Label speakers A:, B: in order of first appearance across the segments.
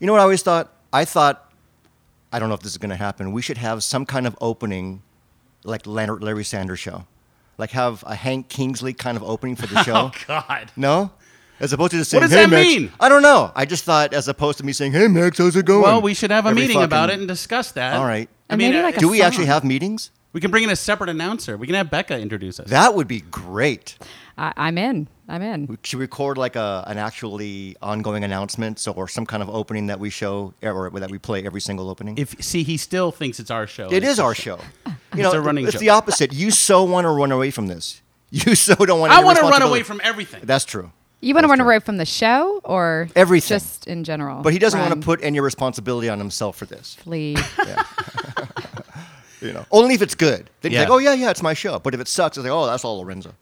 A: You know what I always thought? I thought, I don't know if this is going to happen. We should have some kind of opening, like Leonard, Larry Sanders show, like have a Hank Kingsley kind of opening for the show.
B: Oh God.
A: No, as opposed to just saying,
B: does
A: "Hey,
B: that
A: Max."
B: mean?
A: I don't know. I just thought, as opposed to me saying, "Hey, Max, how's it going?"
B: Well, we should have a
A: Every
B: meeting about it
A: fucking-
B: and discuss that.
A: All right.
B: I
C: And
B: mean,
C: maybe
B: uh,
C: like a
A: Do we
C: song.
A: actually have meetings?
B: we can bring in a separate announcer. We can have Becca introduce us.
A: That would be great.
C: I, I'm in. I'm in.
A: We should record like a an actually ongoing announcement, so or some kind of opening that we show or that we play every single opening.
B: if see, he still thinks it's our show.
A: it is our show. You know,
B: It's a running
A: it's
B: joke.
A: the opposite. You so want to run away from this. You so don't want.
B: I
A: want to
B: run away from everything.
A: That's true.
C: You want to
A: That's
C: run
A: true.
C: away from the show or
A: Everything.
C: Just in general.
A: But he doesn't want
C: Run,
A: to put any responsibility on himself for this.
C: flee.
A: You know, only if it's good. Then
B: Yeah.
A: he's like, "Oh yeah, yeah, it's my show." But if it sucks, it's like, "Oh, that's all Lorenzo."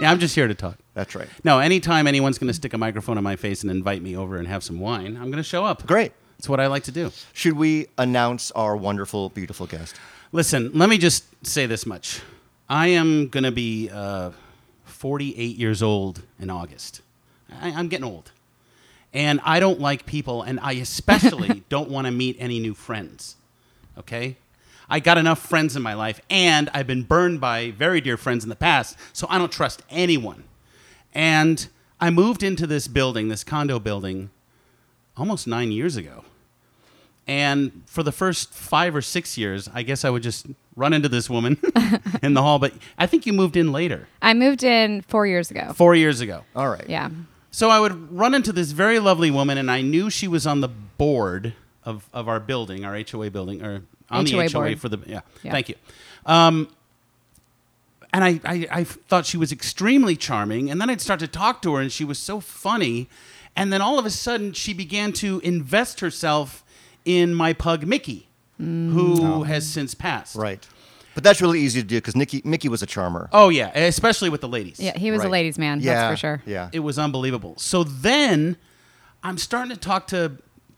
B: yeah, I'm just here to talk.
A: That's right.
B: No, anytime anyone's going to stick a microphone in my face and invite me over and have some wine, I'm going to show up.
A: Great.
B: It's what I like to do.
A: Should we announce our wonderful, beautiful guest?
B: Listen, let me just say this much. I am going to be uh, 48 years old in August. I, I'm getting old. And I don't like people, and I especially don't want to meet any new friends. Okay? I got enough friends in my life, and I've been burned by very dear friends in the past, so I don't trust anyone. And I moved into this building, this condo building, almost nine years ago. And for the first five or six years, I guess I would just run into this woman in the hall. But I think you moved in later,
C: I moved in four years ago.
B: four years ago.
A: All right.
C: Yeah.
B: So I would run into this very lovely woman, and I knew she was on the board of, of our building, our HOA building, or on
C: HOA
B: the HOA
C: board.
B: for the yeah.
C: Yeah.
B: Thank you. Um, and I, I I thought she was extremely charming, and then I'd start to talk to her, and she was so funny, and then all of a sudden she began to invest herself in my pug Mickey, who
C: Mm.
B: has since passed.
A: Right. But that's really easy to do because Nikki Mickey was a charmer.
B: Oh yeah, especially with the ladies.
C: Yeah. He was a
A: Right.
C: ladies' man.
A: Yeah,
C: That's for sure.
A: Yeah.
B: It was unbelievable. So then I'm starting to talk to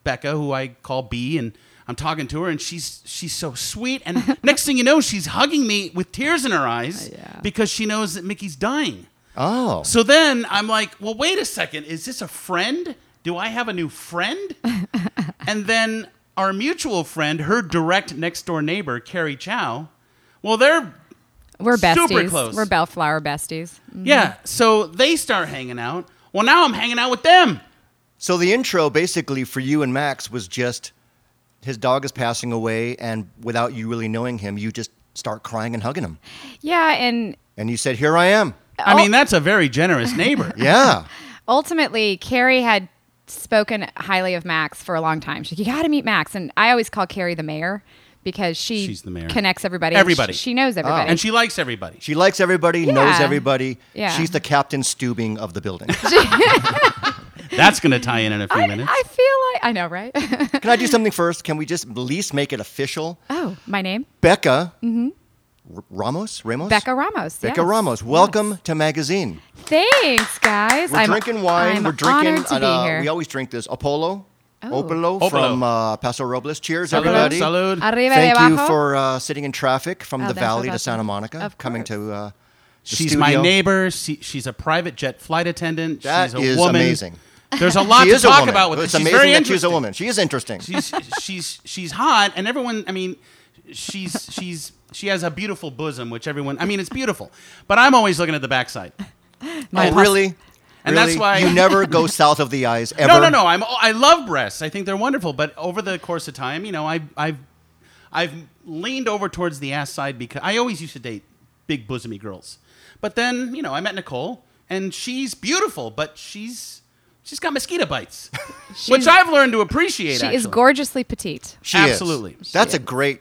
B: Becca, who I call B, and I'm talking to her, and she's she's so sweet. And next thing you know, she's hugging me with tears in her eyes
C: Yeah.
B: because she knows that Mickey's dying.
A: oh.
B: So then I'm like, well, wait a second. Is this a friend? Do I have a new friend? and then our mutual friend, her direct next door neighbor, Carrie Chow, well, they're
C: We're besties.
B: Super close.
C: We're Bellflower besties.
B: Yeah. So they start hanging out. Well, now I'm hanging out with them.
A: So the intro basically for you and Max was just his dog is passing away, and without you really knowing him, you just start crying and hugging him.
C: Yeah. And
A: And you said, Here I am.
B: I mean, that's a very generous neighbor.
A: Yeah.
C: ultimately, Carrie had spoken highly of Max for a long time. She's like, you got to meet Max. And I always call Carrie the mayor because she
B: She's the mayor.
C: connects everybody. and
B: Everybody.
C: She, she
A: Oh.
C: knows everybody.
B: And she likes everybody.
A: she likes everybody, knows
C: Yeah.
A: everybody.
C: Yeah.
A: She's the captain Stubing of the building.
B: That's going to tie in in a few
C: I,
B: minutes.
C: I feel like, I know, right?
A: Can I do something first? Can we just at least make it official?
C: oh, my name?
A: Becca R- Ramos? Ramos?
C: Mm-hmm. Becca Ramos.
A: Becca
C: yes.
A: Ramos, welcome to Magazine.
C: Thanks, guys.
A: We're
C: I'm,
A: drinking wine.
C: I'm
A: We're drinking.
C: honored to
A: and,
C: be
A: uh,
C: here.
A: We always drink this Apollo,
C: Oh.
A: Opolo,
B: Opolo.
A: from uh, Paso Robles. Cheers,
B: Salud,
A: everybody.
B: salud.
C: Arriba
A: Thank
C: de
A: you
C: abajo.
A: for uh, sitting in traffic from
C: Oh,
A: the
C: thanks for
A: valley to
C: that.
A: Santa Monica,
C: Of
A: coming
C: course.
A: to. Uh, the
B: She's my
A: studio.
B: neighbor. She, she's a private jet flight attendant.
A: That
B: she's a
A: is
B: woman.
A: amazing.
B: There's a lot
A: She
B: to
A: is a
B: talk
A: woman.
B: about with
A: It's
B: her. She's
A: amazing
B: very
A: that she's a
B: interesting.
A: woman. She is interesting.
B: She's she's she's hot, and everyone. I mean, she's she's she has a beautiful bosom, which everyone. I mean, it's beautiful, but I'm always looking at the backside.
A: oh, really?
B: And that's
A: Really?
B: why-
A: you never go south of the eyes ever.
B: No, no, no. I'm I love breasts. I think they're wonderful. But over the course of time, you know, I've I've I've leaned over towards the ass side because I always used to date big bosomy girls. But then, you know, I met Nicole, and she's beautiful, but she's she's got mosquito bites, which
C: She's-
B: I've learned to appreciate.
C: she is
B: actually.
C: gorgeously petite.
A: She is.
B: Absolutely.
A: That's a great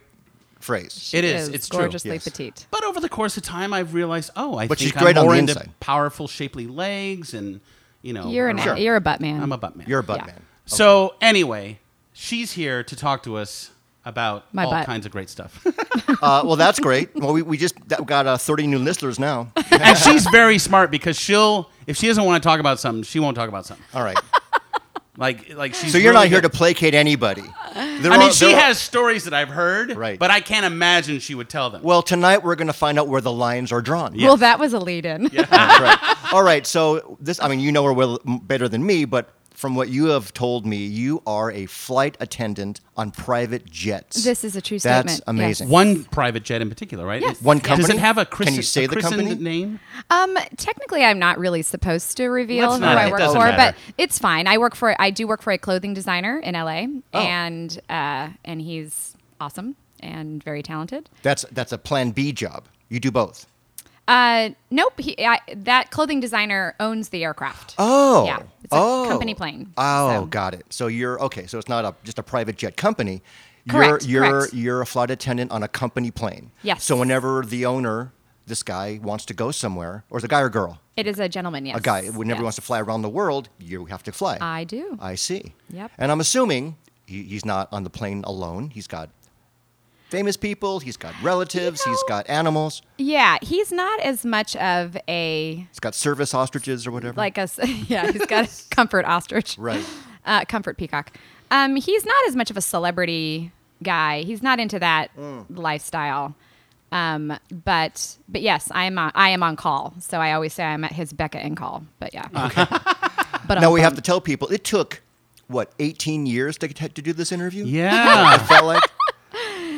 A: phrase.
B: It is. It's true.
C: gorgeously
A: Yes.
C: petite.
B: But over the course of time, I've realized, oh, I
A: But
B: think
A: she's great
B: I'm
A: on
B: more
A: the
B: into
A: inside.
B: powerful, shapely legs, and you know,
C: You're an
A: Sure.
C: you're a butt man.
B: Oh, I'm a butt man.
A: You're a butt
C: Yeah.
A: man.
B: So anyway, she's here to talk to us about
C: My
B: all
C: butt.
B: kinds of great stuff,
A: Uh, well, that's great. Well, we, we just that- got uh, 30 new listeners now.
B: and she's very smart because she'll if she doesn't want to talk about something, she won't talk about something.
A: All right.
B: Like like she's
A: So you're
B: really
A: not here to
B: good-
A: placate anybody. They're
B: I mean,
A: all-
B: she
A: they're all-
B: has stories that I've heard,
A: Right.
B: But I can't imagine she would tell them.
A: Well, tonight we're going to find out where the lines are drawn.
C: Well, that was a lead in.
A: That's right. All right. So this, I mean, you know her well m- better than me, but from what you have told me, you are a flight attendant on private jets.
C: This is a true
A: That's
C: statement, yes.
A: amazing.
B: One private jet in particular, right?
C: Yes.
A: One
B: Does
A: company?
B: it have a
A: Can
B: christen-
A: you say
B: a
A: the
B: christened
A: company?
B: name?
C: Um, technically, I'm not really supposed to reveal
B: Let's
C: who
B: not.
C: I
B: It
C: work
B: doesn't
C: for,
B: matter.
C: but it's fine. I work for I do work for a clothing designer in LA,
A: Oh.
C: and uh, and he's awesome and very talented.
A: That's that's a Plan B job. You do both.
C: Uh, nope, he, I, that clothing designer owns the aircraft.
A: Oh,
C: yeah, it's a
A: oh.
C: company plane.
A: Oh,
C: so.
A: got it. So you're okay. So it's not a just a private jet company.
C: Correct,
A: You're you're
C: correct.
A: you're a flight attendant on a company plane.
C: Yes.
A: So whenever the owner, this guy, wants to go somewhere, or the guy or girl,
C: It is a gentleman, yes.
A: a guy, whenever
C: yes.
A: he wants to fly around the world, you have to fly.
C: I do.
A: I see.
C: Yep.
A: And I'm assuming he, he's not on the plane alone. He's got famous people. He's got relatives. he's
C: know-
A: got animals.
C: yeah, he's not as much of a
A: He's got service ostriches or whatever.
C: like us. Yeah, he's got a comfort ostrich.
A: right.
C: uh, Comfort Peacock. Um, he's not as much of a celebrity guy. He's not into that
A: Hmm.
C: lifestyle. Um, but but yes, I am on, I am on call. So I always say I'm at his Becca and call. But yeah. but
A: Now
C: um,
A: we have to tell people it took what 18 years to to do this interview. I
B: Yeah.
A: felt like.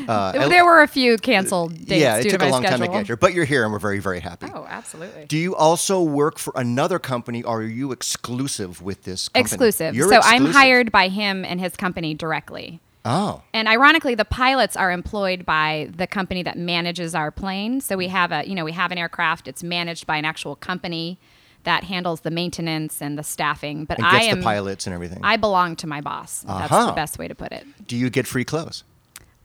A: Uh, I-
C: there were a few canceled dates
A: yeah,
C: due
A: it
C: to
A: took
C: my
A: a long
C: schedule.
A: time to get here, but you're here, and we're very, very happy.
C: Oh, absolutely.
A: Do you also work for another company, or are you exclusive with this? Company?
C: exclusive.
A: You're
C: so I'm
A: exclusive.
C: hired by him and his company directly.
A: Oh,
C: And ironically, the pilots are employed by the company that manages our plane. So we have a, you know, we have an aircraft. It's managed by an actual company that handles the maintenance and the staffing. But
A: and
C: I
A: gets
C: am,
A: the pilots and everything.
C: I belong to my boss. That's
A: Uh-huh.
C: the best way to put it.
A: Do you get free clothes?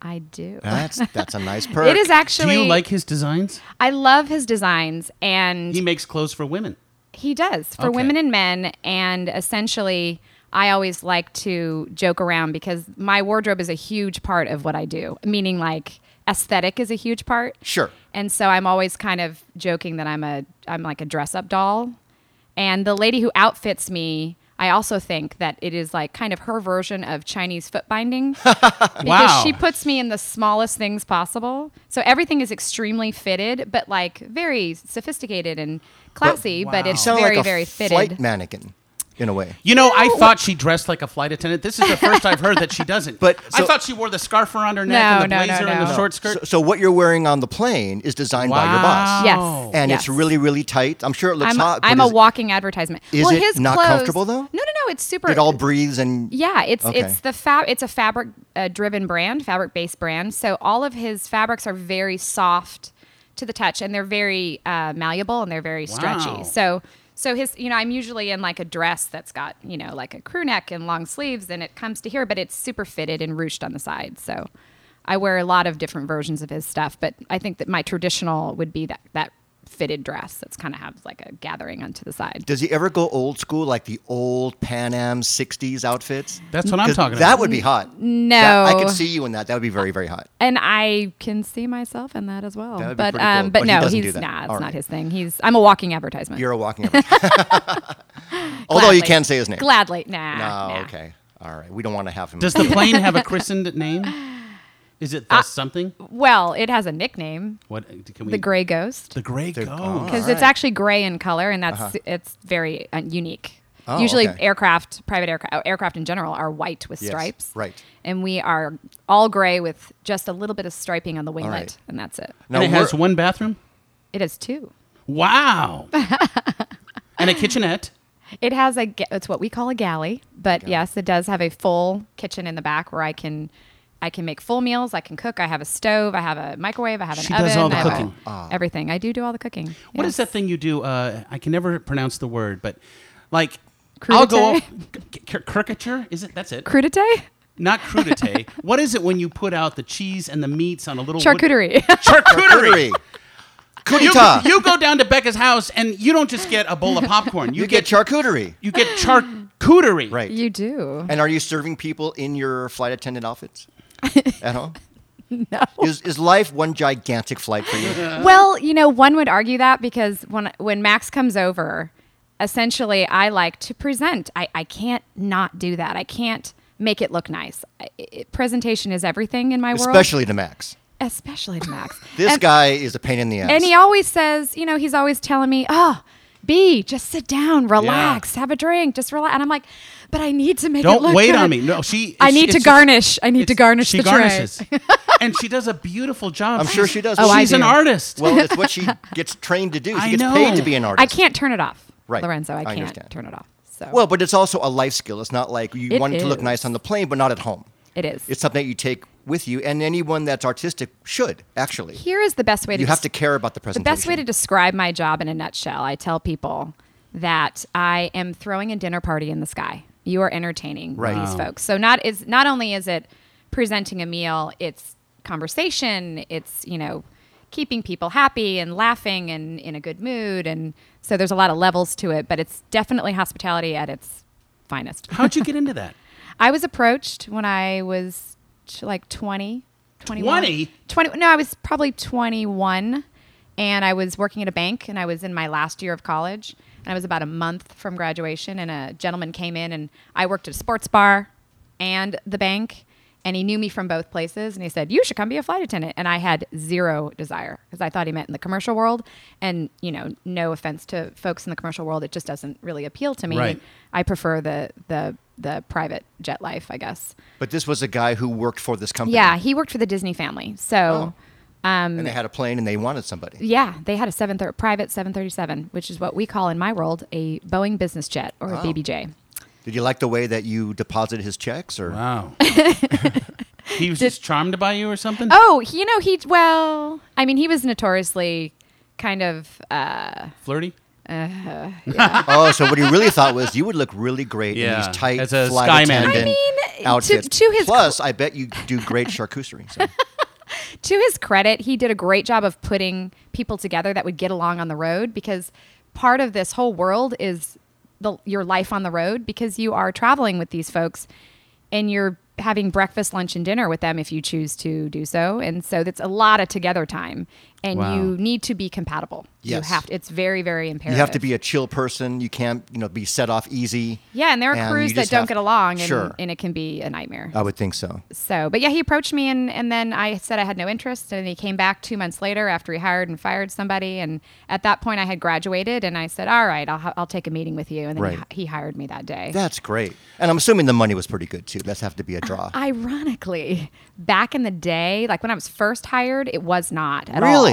C: I do.
A: That's that's a nice perk.
C: It is actually.
B: Do you like his designs?
C: I love his designs, and
B: He makes clothes for women.
C: He does for
B: Okay.
C: women and men, and essentially, I always like to joke around because my wardrobe is a huge part of what I do. Meaning, like aesthetic is a huge part,
A: Sure.
C: and so I'm always kind of joking that I'm a I'm like a dress up doll, and the lady who outfits me. I also think that it is like kind of her version of Chinese foot binding because
B: Wow.
C: she puts me in the smallest things possible. So everything is extremely fitted, but like very sophisticated and classy, but,
B: wow.
A: You
C: it's
A: sound
C: very,
A: like a
C: very
A: flight
C: fitted.
A: mannequin, in a way.
B: You know, I thought she dressed like a flight attendant. This is the first I've heard that she doesn't.
A: But-
B: I
A: so-
B: thought she wore the scarf around her neck and
C: No,
B: the
C: no, no,
B: blazer and the
C: no.
B: short
A: So,
B: skirt.
A: so what you're wearing on the plane is designed by your boss,
B: Wow.
C: yes.
A: and
C: yes.
A: it's really, really tight. I'm sure it looks
C: I'm,
A: hot. but
C: I'm a
A: is it-
C: walking advertisement.
A: is
C: well,
A: it
C: his
A: not
C: clothes-
A: comfortable, though?
C: No, no, no. It's super.
A: It all breathes and
C: Yeah, it's
A: Okay.
C: it's the fab. It's a fabric uh, driven brand, fabric based brand. So all of his fabrics are very soft to the touch, and they're very uh, malleable and they're very
B: Wow.
C: stretchy. So so his, you know, I'm usually in like a dress that's got you know like a crew neck and long sleeves, and it comes to here, but it's super fitted and ruched on the side. So I wear a lot of different versions of his stuff, but I think that my traditional would be that that fitted dress that's kind of has like a gathering onto the side.
A: Does he ever go old school, like the old Pan Am '60s outfits?
B: That's what I'm
A: 'Cause
B: talking
A: That
B: about.
A: would be hot.
C: No.
A: That- I could see you in that. That would be very, very hot.
C: and I can see myself in that as well.
A: That would be
C: but
A: pretty cool,
C: um,
A: but
C: but
A: he
C: no,
A: doesn't do
C: he's
A: that.
C: nah, it's
A: All
C: not
A: right.
C: his thing. He's I'm a walking advertisement.
A: You're a walking average. Although you
C: Gladly.
A: can say his name.
C: gladly nah.
A: No,
C: nah.
A: okay. All right. We don't want to have him.
B: Does the plane have a christened name? Is it the something?
C: Well, it has a nickname,
B: What can we?
C: the Gray Ghost,
B: The gray
A: The-
B: ghost.
A: oh.
C: because
A: All
C: it's
A: right. Uh-huh.
C: actually gray in color, and that's it's very uh, unique.
A: Oh,
C: Usually,
A: okay.
C: aircraft, private aircraft, aircraft in general, are white with
A: Yes,
C: stripes.
A: right.
C: And we are all gray with just a little bit of striping on the winglet,
A: right.
C: and that's it.
A: No,
B: and it has
A: we're-
B: one bathroom.
C: It has two.
B: Wow. and a kitchenette.
C: It has a ga- it's what we call a galley, but yes, it does have a full kitchen in the back where I can I can make full meals, I can cook, I have a stove, I have a microwave, I have an
B: She
C: oven,
B: does all the
C: I have a-
B: cooking.
C: everything. I do do all the cooking.
B: What is
C: yes.
B: that thing you do? Uh, I can never pronounce the word, but like, I'll go. c- c- Caricature? Is it? That's it.
C: Crudite?
B: Not crudité. what is it when you put out the cheese and the meats on a little wood-
C: Charcuterie.
B: Charcuterie. You,
A: Kudita. You,
B: you go down to Becca's house and you don't just get a bowl of popcorn. You,
A: get charcuterie.
B: You get charcuterie.
A: Right.
C: you do.
A: And are you serving people in your flight attendant outfits at home?
C: No.
A: Is, is life one gigantic flight for you?
B: Uh-huh.
C: Well, you know, one would argue that because when when Max comes over, essentially I like to present. I, I can't not do that. I can't make it look nice. I, it, presentation is everything in my world.
A: Especially to Max.
C: especially to Max.
A: This
C: And-
A: guy is a pain in the ass.
C: And he always says, you know, he's always telling me, oh, B, just sit down, relax, have a drink, just relax. And I'm like, but I need to make it
B: Don't
C: look
B: wait
C: good.
B: on me. No, she.
C: I
B: she-
C: need to
B: it's just-
C: garnish. I need to
B: it's-
C: garnish
B: She
C: the tray.
B: garnishes, and she does a beautiful job.
A: I'm sure she does.
C: Oh, I
B: She's an
C: do.
B: artist.
A: Well, it's what she gets trained to do.
B: I
A: She gets
B: know.
A: paid to be an
C: I
A: artist.
C: can't turn it off,
A: Right.
C: Lorenzo. I
A: I
C: can't
A: understand.
C: turn it off. So
A: Well, but it's also a life skill. It's not like you
C: It
A: want it to look
C: is.
A: nice on the plane, but not at home.
C: it is.
A: It's something that you take with you, and anyone that's artistic should actually.
C: Here is the best way to
A: You have
C: des-
A: to care about the
C: The
A: presentation.
C: best way to describe my job in a nutshell, I tell people that I am throwing a dinner party in the sky. You are entertaining
A: Right.
C: these
A: Wow.
C: folks. So not is not only is it presenting a meal, it's conversation, it's, you know, keeping people happy and laughing and in a good mood and so there's a lot of levels to it, but it's definitely hospitality at its finest.
B: How'd you get into that?
C: I was approached when I was t- like 20, 21.
B: 20?
C: 20 no, I was probably 21 and I was working at a bank and I was in my last year of college and I was about a month from graduation and a gentleman came in and I worked at a sports bar and the bank and he knew me from both places and he said you should come be a flight attendant and I had zero desire because I thought he meant in the commercial world and you know no offense to folks in the commercial world it just doesn't really appeal to me
B: Right.
C: I prefer the the the private jet life, I guess.
A: But this was a guy who worked for this company.
C: Yeah, he worked for the Disney family, so
A: And they had a plane, and they wanted somebody.
C: yeah, they had a seven thir- private seven thirty seven, which is what we call in my world a Boeing business jet or a BBJ.
A: Did you like the way that you deposited his checks, or
B: Wow. he was just charmed by you or something?
C: Oh, he- you know he well, I mean he was notoriously kind of uh,
B: Flirty?
A: oh, so what he really thought was you would look really great in
B: Yeah,
A: these tight
B: as a
A: flight
B: skyman. I
A: attendant
C: mean, to-
A: outfits.
C: to his-
A: plus, I bet you do great charcuterie. So.
C: to his credit, he did a great job of putting people together that would get along on the road because part of this whole world is the, your life on the road because you are traveling with these folks and you're having breakfast, lunch, and dinner with them if you choose to do so. And so that's a lot of together time, and
B: Wow.
C: you need to be compatible.
A: Yes.
C: You have to, it's very, very imperative.
A: You have to be a chill person. You can't, you know, be set off easy.
C: yeah, and there are
A: you
C: crews that
A: just
C: don't
A: have-
C: get along, and,
A: Sure,
C: and it can be a nightmare.
A: I would think so.
C: So, but yeah, he approached me and, and then I said I had no interest. And he came back two months later after he hired and fired somebody. And at that point, I had graduated and I said, All right, I'll, ha- I'll take a meeting with you. And then he
A: Right.
C: hi- he, hired me that day.
A: That's great. And I'm assuming the money was pretty good too. That's have to be a draw.
C: Ironically, back in the day, like when I was first hired, it was not at
A: Really?
C: all.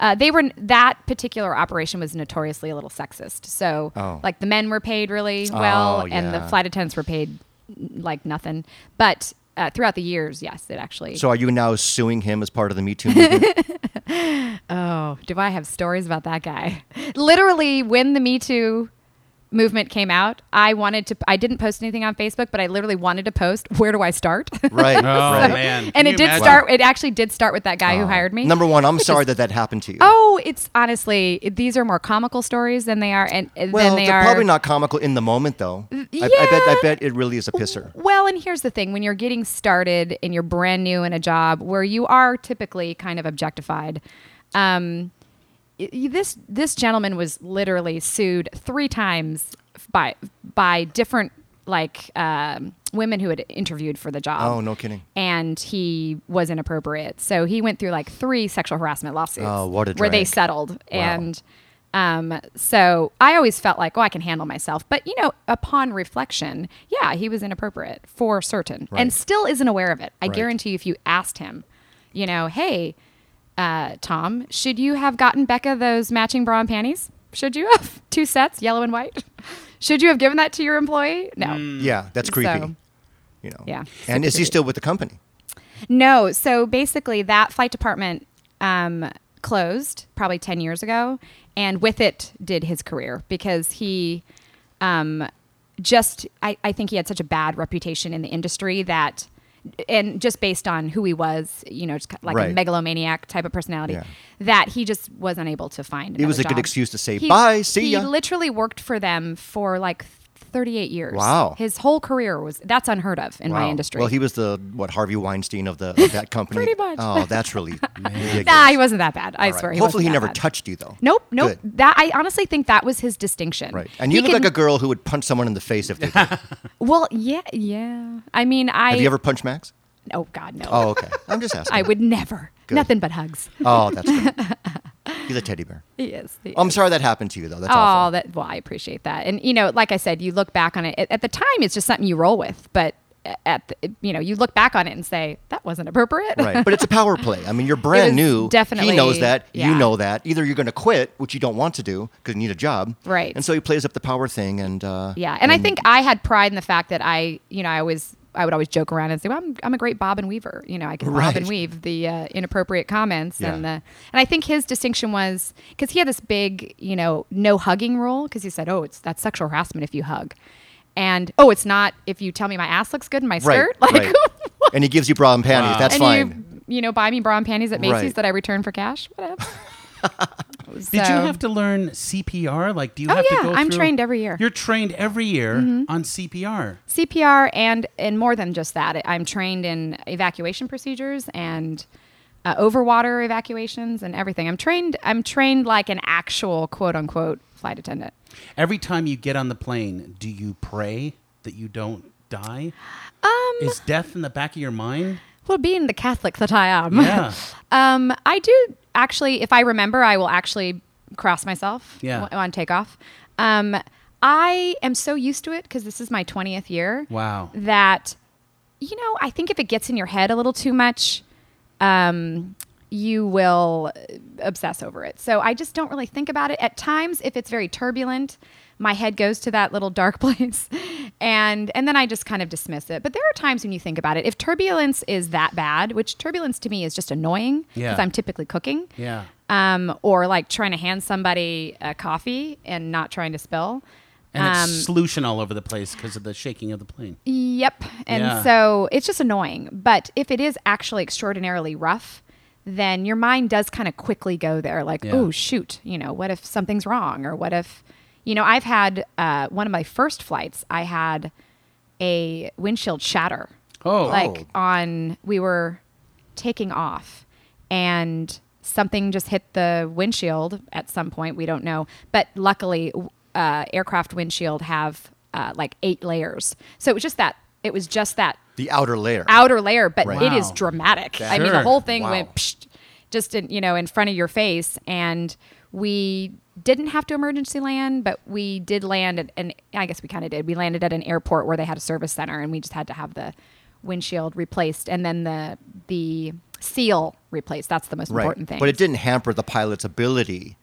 C: Uh, they were that particular operation was notoriously a little sexist. So,
A: Oh.
C: like the men were paid really well,
A: Oh,
C: and the
A: yeah.
C: flight attendants were paid n- like nothing. But uh, throughout the years, yes, it actually.
A: so are you now suing him as part of the Me Too movement?
C: Oh, do I have stories about that guy? Literally, when the Me Too movement came out, I wanted to, I didn't post anything on Facebook, but I literally wanted to post, where do I start?
A: right.
B: Oh,
A: right.
B: man. Can
C: and
B: you
C: it did
B: imagine?
C: start, it actually did start with that guy who hired me.
A: Oh. Number one, I'm sorry that that happened to you.
C: Oh, it's honestly, it- these are more comical stories than they are, and uh,
A: well,
C: than they
A: are
C: are.
A: probably not comical in the moment though. I, I bet. I
C: yeah.
A: bet it really is a pisser.
C: Well, and here's the thing when you're getting started and you're brand new in a job where you are typically kind of objectified, um, y- y- this this gentleman was literally sued three times by by different like um, women who had interviewed for the job.
A: Oh, no kidding.
C: And he was inappropriate, so he went through like three sexual harassment lawsuits.
A: Oh, what a
C: Where they
A: drag.
C: settled and. Um, so I always felt like, oh, I can handle myself. But, you know, upon reflection, yeah, he was inappropriate for certain
A: Right.
C: and still isn't aware of it. I
A: Right.
C: guarantee you, if you asked him, you know, hey, uh, Tom, should you have gotten Becca those matching bra and panties? Should you have two sets, yellow and white? Should you have given that to your employee? No.
A: Yeah, that's creepy.
C: So-
A: you know.
C: Yeah,
A: And
C: super
A: is he
C: creepy.
A: still with the company?
C: No. So basically, that flight department um, closed probably 10 years ago. And with it, did his career because he um, just, I, I think he had such a bad reputation in the industry that, and just based on who he was, you know, just like a
A: Right.
C: megalomaniac type of personality,
A: Yeah.
C: that he just was unable to find.
A: It was
C: another
A: a good
C: job.
A: excuse to say,
C: He-
A: "Bye, see
C: he
A: ya."
C: literally worked for them for like 38 years.
A: Wow.
C: His whole career was, that's unheard of in my
A: Wow.
C: industry.
A: Well, he was the what Harvey Weinstein of the of that company.
C: Pretty much.
A: Oh, that's really. ridiculous.
C: Nah, he wasn't that bad. I
A: All right.
C: swear. He
A: Hopefully, he
C: wasn't that
A: never
C: bad.
A: touched you though.
C: Nope, nope.
A: Good.
C: That I honestly think that was his distinction.
A: Right. And you
C: He
A: look like
C: could-
A: a girl who would punch someone in the face if they did.
C: Well, yeah, yeah. I mean, I.
A: Have you ever punched Max?
C: Oh God, no.
A: Oh, okay. I'm just asking.
C: I would never.
A: Good.
C: Nothing but hugs.
A: Oh, that's good. He's a teddy bear.
C: He is. He
A: I'm
C: is.
A: sorry that happened to you, though. That's
C: Oh,
A: Um, awful.
C: that well, I appreciate that. And you know, like I said, you look back on it at, at the time. It's just something you roll with, but a- at the, you know, you look back on it and say that wasn't appropriate.
A: right. But it's a power play. I mean, you're brand
C: was
A: new.
C: definitely-
A: He knows that. You
C: yeah.
A: know that. Either you're going to quit, which you don't want to do because you need a job.
C: Right.
A: And so he plays up the power thing. And uh,
C: Yeah, and I think I had pride in the fact that I, you know, I always I would always joke around and say, "Well, I'm, I'm a great bob and weaver." You know, I can
A: Right.
C: bob and weave the uh, inappropriate comments and the
A: Yeah.
C: and I think his distinction was because he had this big, you know, no hugging rule because he said, "Oh, it's that's sexual harassment if you hug," and oh, it's not if you tell me my ass looks good in my
A: right.
C: skirt, like.
A: right. and he gives you bra and panties.
B: Wow.
A: That's
C: and
A: fine.
C: you, you know, buy me bra and panties at Macy's
A: Right.
C: that I return for cash. Whatever. Did
B: Did you have to learn CPR? Like, do you
C: Oh,
B: have
C: yeah,
B: to go
C: I'm
B: through-
C: trained every year. Mm-hmm.
B: You're trained every year on CPR.
C: CPR and and more than just that. I'm trained in evacuation procedures and uh, overwater evacuations and everything. I'm trained. I'm trained like an actual quote unquote flight attendant.
B: Every time you get on the plane, do you pray that you don't die?
C: Um,
B: Is death in the back of your mind?
C: well, being the Catholic that I am,
B: Yeah.
C: um, I do actually. If I remember, I will actually cross myself.
B: Yeah.
C: w- on takeoff. Um, I am so used to it because this is my twentieth year.
B: Wow.
C: that you know i think if it gets in your head a little too much um, you will obsess over it so i just don't really think about it at times if it's very turbulent my head goes to that little dark place and and then i just kind of dismiss it but there are times when you think about it if turbulence is that bad which turbulence to me is just annoying because
B: Yeah.
C: i'm typically cooking
B: Yeah.
C: um, or like trying to hand somebody a coffee and not trying to spill
B: And
C: Um,
B: it's solution all over the place because of the shaking of the plane.
C: Yep. And
B: Yeah.
C: so it's just annoying. But if it is actually extraordinarily rough, then your mind does kind of quickly go there like,
B: Yeah.
C: oh, shoot, you know, what if something's wrong? Or what if, you know, I've had uh, one of my first flights, I had a windshield shatter.
B: Oh.
C: Like on, we were taking off and something just hit the windshield at some point. We don't know. But luckily, w- uh, aircraft windshield have uh, like eight layers. So it was just that, it was just that
A: the outer layer.
C: outer layer, but
A: Right.
C: it is
B: Wow.
C: dramatic. I mean,
B: Sure.
C: the whole thing
A: Wow.
C: went psh, just in, you know in front of your face, and we didn't have to emergency land, but we did land at an. I guess we kind of did. We landed at an airport where they had a service center, and we just had to have the windshield replaced and then the the seal replaced. That's the most
A: right.
C: important thing.
A: But it didn't hamper the pilot's ability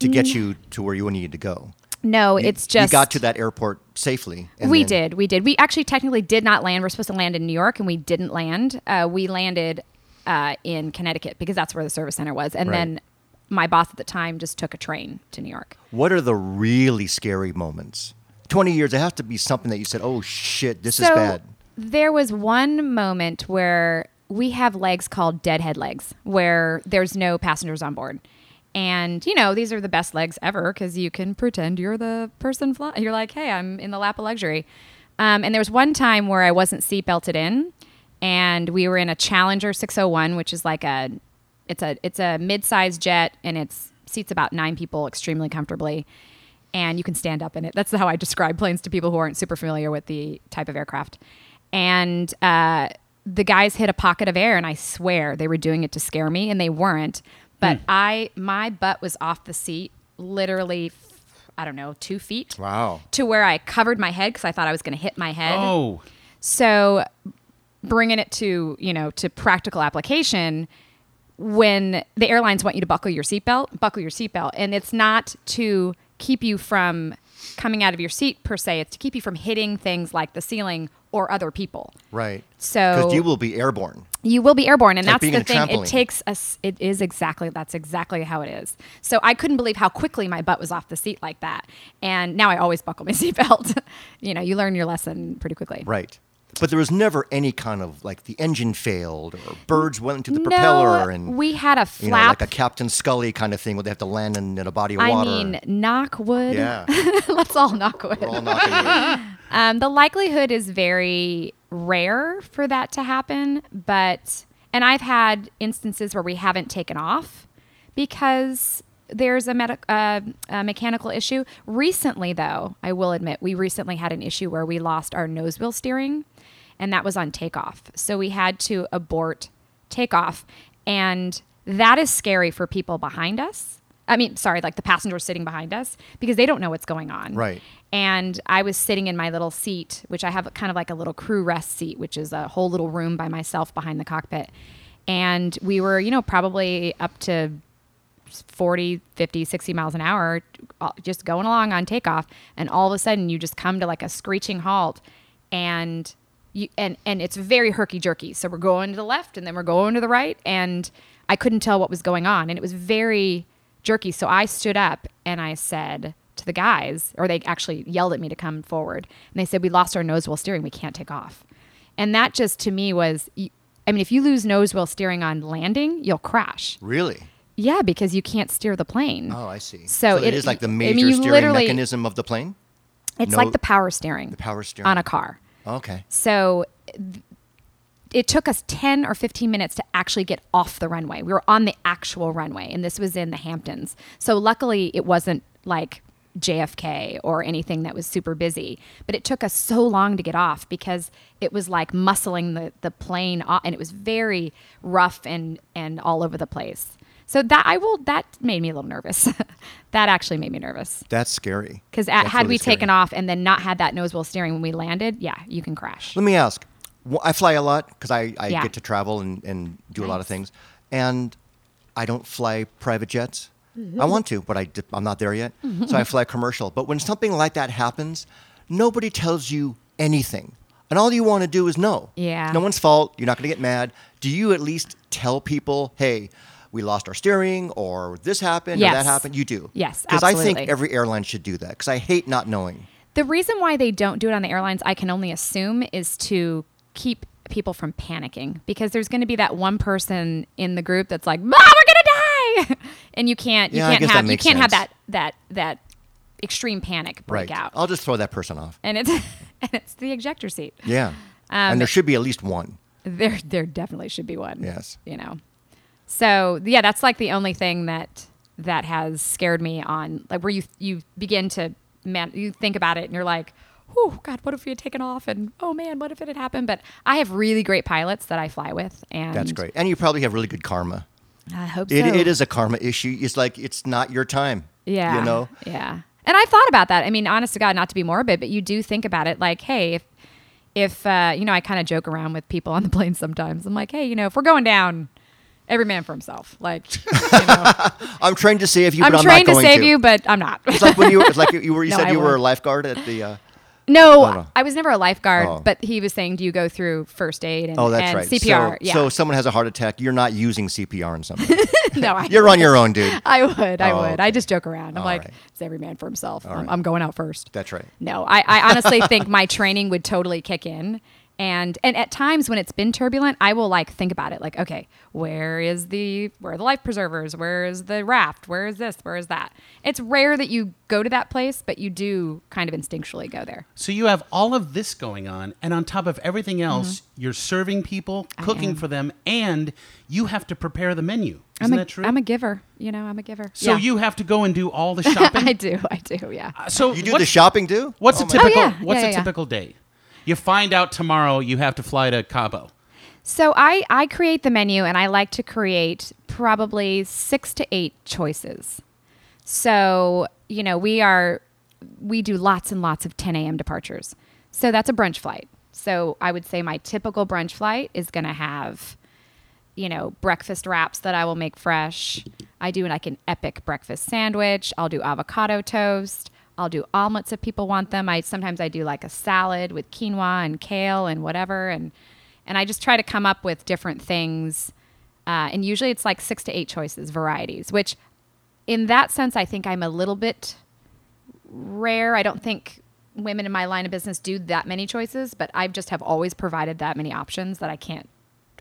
A: to get you to where you needed to go.
C: no, it's
A: you
C: just
A: got to that airport safely. and
C: we
A: then-
C: did. We did. We actually technically did not land. We're supposed to land in New York, and we didn't land. Uh, we landed uh, in Connecticut because that's where the service center was. And
A: Right.
C: then my boss at the time just took a train to New York.
A: What are the really scary moments? 20 years, it has to be something that you said, oh shit, this is
C: so
A: bad.
C: there was one moment where we have legs called deadhead legs, where there's no passengers on board. And you know these are the best legs ever because you can pretend you're the person flying. You're like, hey, I'm in the lap of luxury. Um, and there was one time where I wasn't seat belted in, and we were in a Challenger 601, which is like a, it's a it's a mid-sized jet, and it's seats about nine people extremely comfortably and you can stand up in it. That's how I describe planes to people who aren't super familiar with the type of aircraft. And uh, the guys hit a pocket of air, and I swear they were doing it to scare me, and they weren't. But I, my butt was off the seat, literally, I don't know, two feet.
A: Wow.
C: To where I covered my head because I thought I was going to hit my head.
B: Oh.
C: So bringing it to, you know, to practical application, when the airlines want you to buckle your seatbelt, buckle your seatbelt. And it's not to keep you from coming out of your seat per se, it's to keep you from hitting things like the ceiling or other people.
A: Right.
C: So-
A: Because you will be airborne.
C: You will be airborne, and
A: Like
C: that's
A: being
C: the
A: in a
C: thing. It
A: trampoline.
C: takes us. It is exactly that's exactly how it is. So I couldn't believe how quickly my butt was off the seat like that, and now I always buckle my seatbelt. you know, you learn your lesson pretty quickly.
A: Right. But there was never any kind of like the engine failed or birds went into the propeller and
C: we had a
A: you know, like
C: flap.
A: a Captain Scully kind of thing where they have to land in, in a body of
C: I
A: water.
C: mean, knock wood.
A: yeah.
C: Let's all knock wood.
A: We're all knocking wood.
C: Um, the likelihood is very rare for that to happen, but and I've had instances where we haven't taken off because there's a, medi uh, a mechanical issue. Recently, though, I will admit we recently had an issue where we lost our nose wheel steering, and that was on takeoff. So we had to abort takeoff, and that is scary for people behind us I mean, sorry, like the passengers sitting behind us because they don't know what's going on.
A: Right.
C: And I was sitting in my little seat, which I have kind of like a little crew rest seat, which is a whole little room by myself behind the cockpit. And we were, you know, probably up to 40, 50, 60 miles an hour, uh, just going along on takeoff. And all of a sudden, you just come to like a screeching halt and you, and and it's very herky jerky. So we're going to the left and then we're going to the right, and I couldn't tell what was going on, and it was very jerky. So I stood up and I said to the guys, or they actually yelled at me to come forward, and they said, "We lost our nose while steering. We can't take off." And that just to me was, I mean, if you lose nose while steering on landing, you'll crash.
A: Really?
C: Yeah, because you can't steer the plane.
A: Oh, I see.
C: So,
A: it is like the
C: I
A: major
C: mean, you
A: steering
C: literally-
A: mechanism of the plane.
C: It's
A: No-
C: like the power steering. The
A: power steering.
C: on a car.
A: Okay.
C: So th- it took us 10 or 15 minutes to actually get off the runway. We were on the actual runway, and this was in the Hamptons. So luckily, it wasn't like JFK or anything that was super busy, but it took us so long to get off because it was like muscling the, the plane off, and it was very rough and, and all over the place. So that I will that made me a little nervous. that actually made me nervous
A: That's scary.
C: because had
A: That's really
C: we
A: scary.
C: taken off and then not had that nose wheel steering when we landed, yeah, you can crash.
A: Let me ask. Wh- I fly a lot because I, I
C: Yeah.
A: get to travel and, and do a lot of
C: Nice.
A: things. And I don't fly private jets.
C: Mm-hmm.
A: I want to, but I di- I'm not there yet. So I fly commercial. But when something like that happens, nobody tells you anything. And all you want to do is know.
C: Yeah.
A: No one's fault. You're not going to get mad. Do you at least tell people, hey, we lost our steering or this happened or
C: Yes.
A: that happened? You do.
C: Yes,
A: Because I think
C: absolutely.
A: every airline should do that because I hate not knowing.
C: The reason why they don't do it on the airlines, I can only assume, is to keep people from panicking because there's going to be that one person in the group that's like, "Mom, we're gonna die," and you can't, you
A: Yeah, I
C: can't
A: guess that
C: have, you
A: makes
C: can't have
A: sense.
C: that that that extreme panic break out,
A: I'll just throw that person off.
C: and it's and it's the ejector seat.
A: Yeah. and there should be at least one.
C: There, there definitely should be one.
A: Yes.
C: You know, so yeah, that's like the only thing that that has scared me on like where you you begin to man you think about it and you're like, oh God, what if we had taken off and oh man, what if it had happened? But I have really great pilots that I fly with, and
A: That's great. And you probably have really good karma.
C: I hope
A: It,
C: so.
A: it is a karma issue. It's like it's not your time.
C: Yeah.
A: You know?
C: Yeah. And I've thought about that. I mean, honest to God, not to be morbid, but you do think about it like, hey, if, if uh, you know, I kind of joke around with people on the plane sometimes. I'm like, hey, you know, if we're going down, every man for himself. Like, you know,
A: I'm trained to save you,
C: I'm
A: but I'm
C: trained
A: not
C: to
A: going
C: save you, but I'm not.
A: It's like when you, it's like you, you were, you
C: No,
A: said
C: I
A: you were a
C: won't.
A: lifeguard at the. Uh,
C: no,
A: no.
C: I was never a lifeguard,
A: Oh.
C: but he was saying, do you go through first aid and,
A: oh, that's
C: and
A: right.
C: CPR?
A: So,
C: yeah.
A: so if someone has a heart attack, you're not using CPR on someone.
C: no, I,
A: you're on your own, dude.
C: I would. I
A: Oh,
C: would.
A: okay.
C: I just joke around. I'm
A: All
C: like,
A: right.
C: it's every man for himself. I'm,
A: right.
C: I'm going out first.
A: That's right.
C: No, I, I honestly think my training would totally kick in. And and at times when it's been turbulent, I will like think about it like, okay, where is the where are the life preservers? Where is the raft? Where is this? Where is that? It's rare that you go to that place, but you do kind of instinctually go there.
B: So you have all of this going on, and on top of everything else, you're serving people, cooking
C: Mm-hmm. am.
B: for them, and you have to prepare the menu. Isn't
C: I'm a,
B: that true?
C: am a giver. You know, I'm a giver.
B: so
C: Yeah.
B: you have to go and do all the shopping.
C: I do, I do, yeah.
B: so
A: You do
B: what's,
A: the shopping, do?
B: What's
A: Oh
B: a
A: my-
B: typical?
C: yeah.
B: What's a
C: Yeah, yeah, yeah.
B: typical day? You find out tomorrow. You have to fly to Cabo.
C: So I, I create the menu and I like to create probably six to eight choices. So, you know, we are, we do lots and lots of 10 a.m. departures. So that's a brunch flight. So I would say my typical brunch flight is going to have, you know, breakfast wraps that I will make fresh. I do like an epic breakfast sandwich. I'll do avocado toast. I'll do omelets if people want them. I sometimes I do like a salad with quinoa and kale and whatever and and I just try to come up with different things. Uh, and usually it's like six to eight choices, varieties, which in that sense, I think I'm a little bit rare. I don't think women in my line of business do that many choices, but I just have always provided that many options that I can't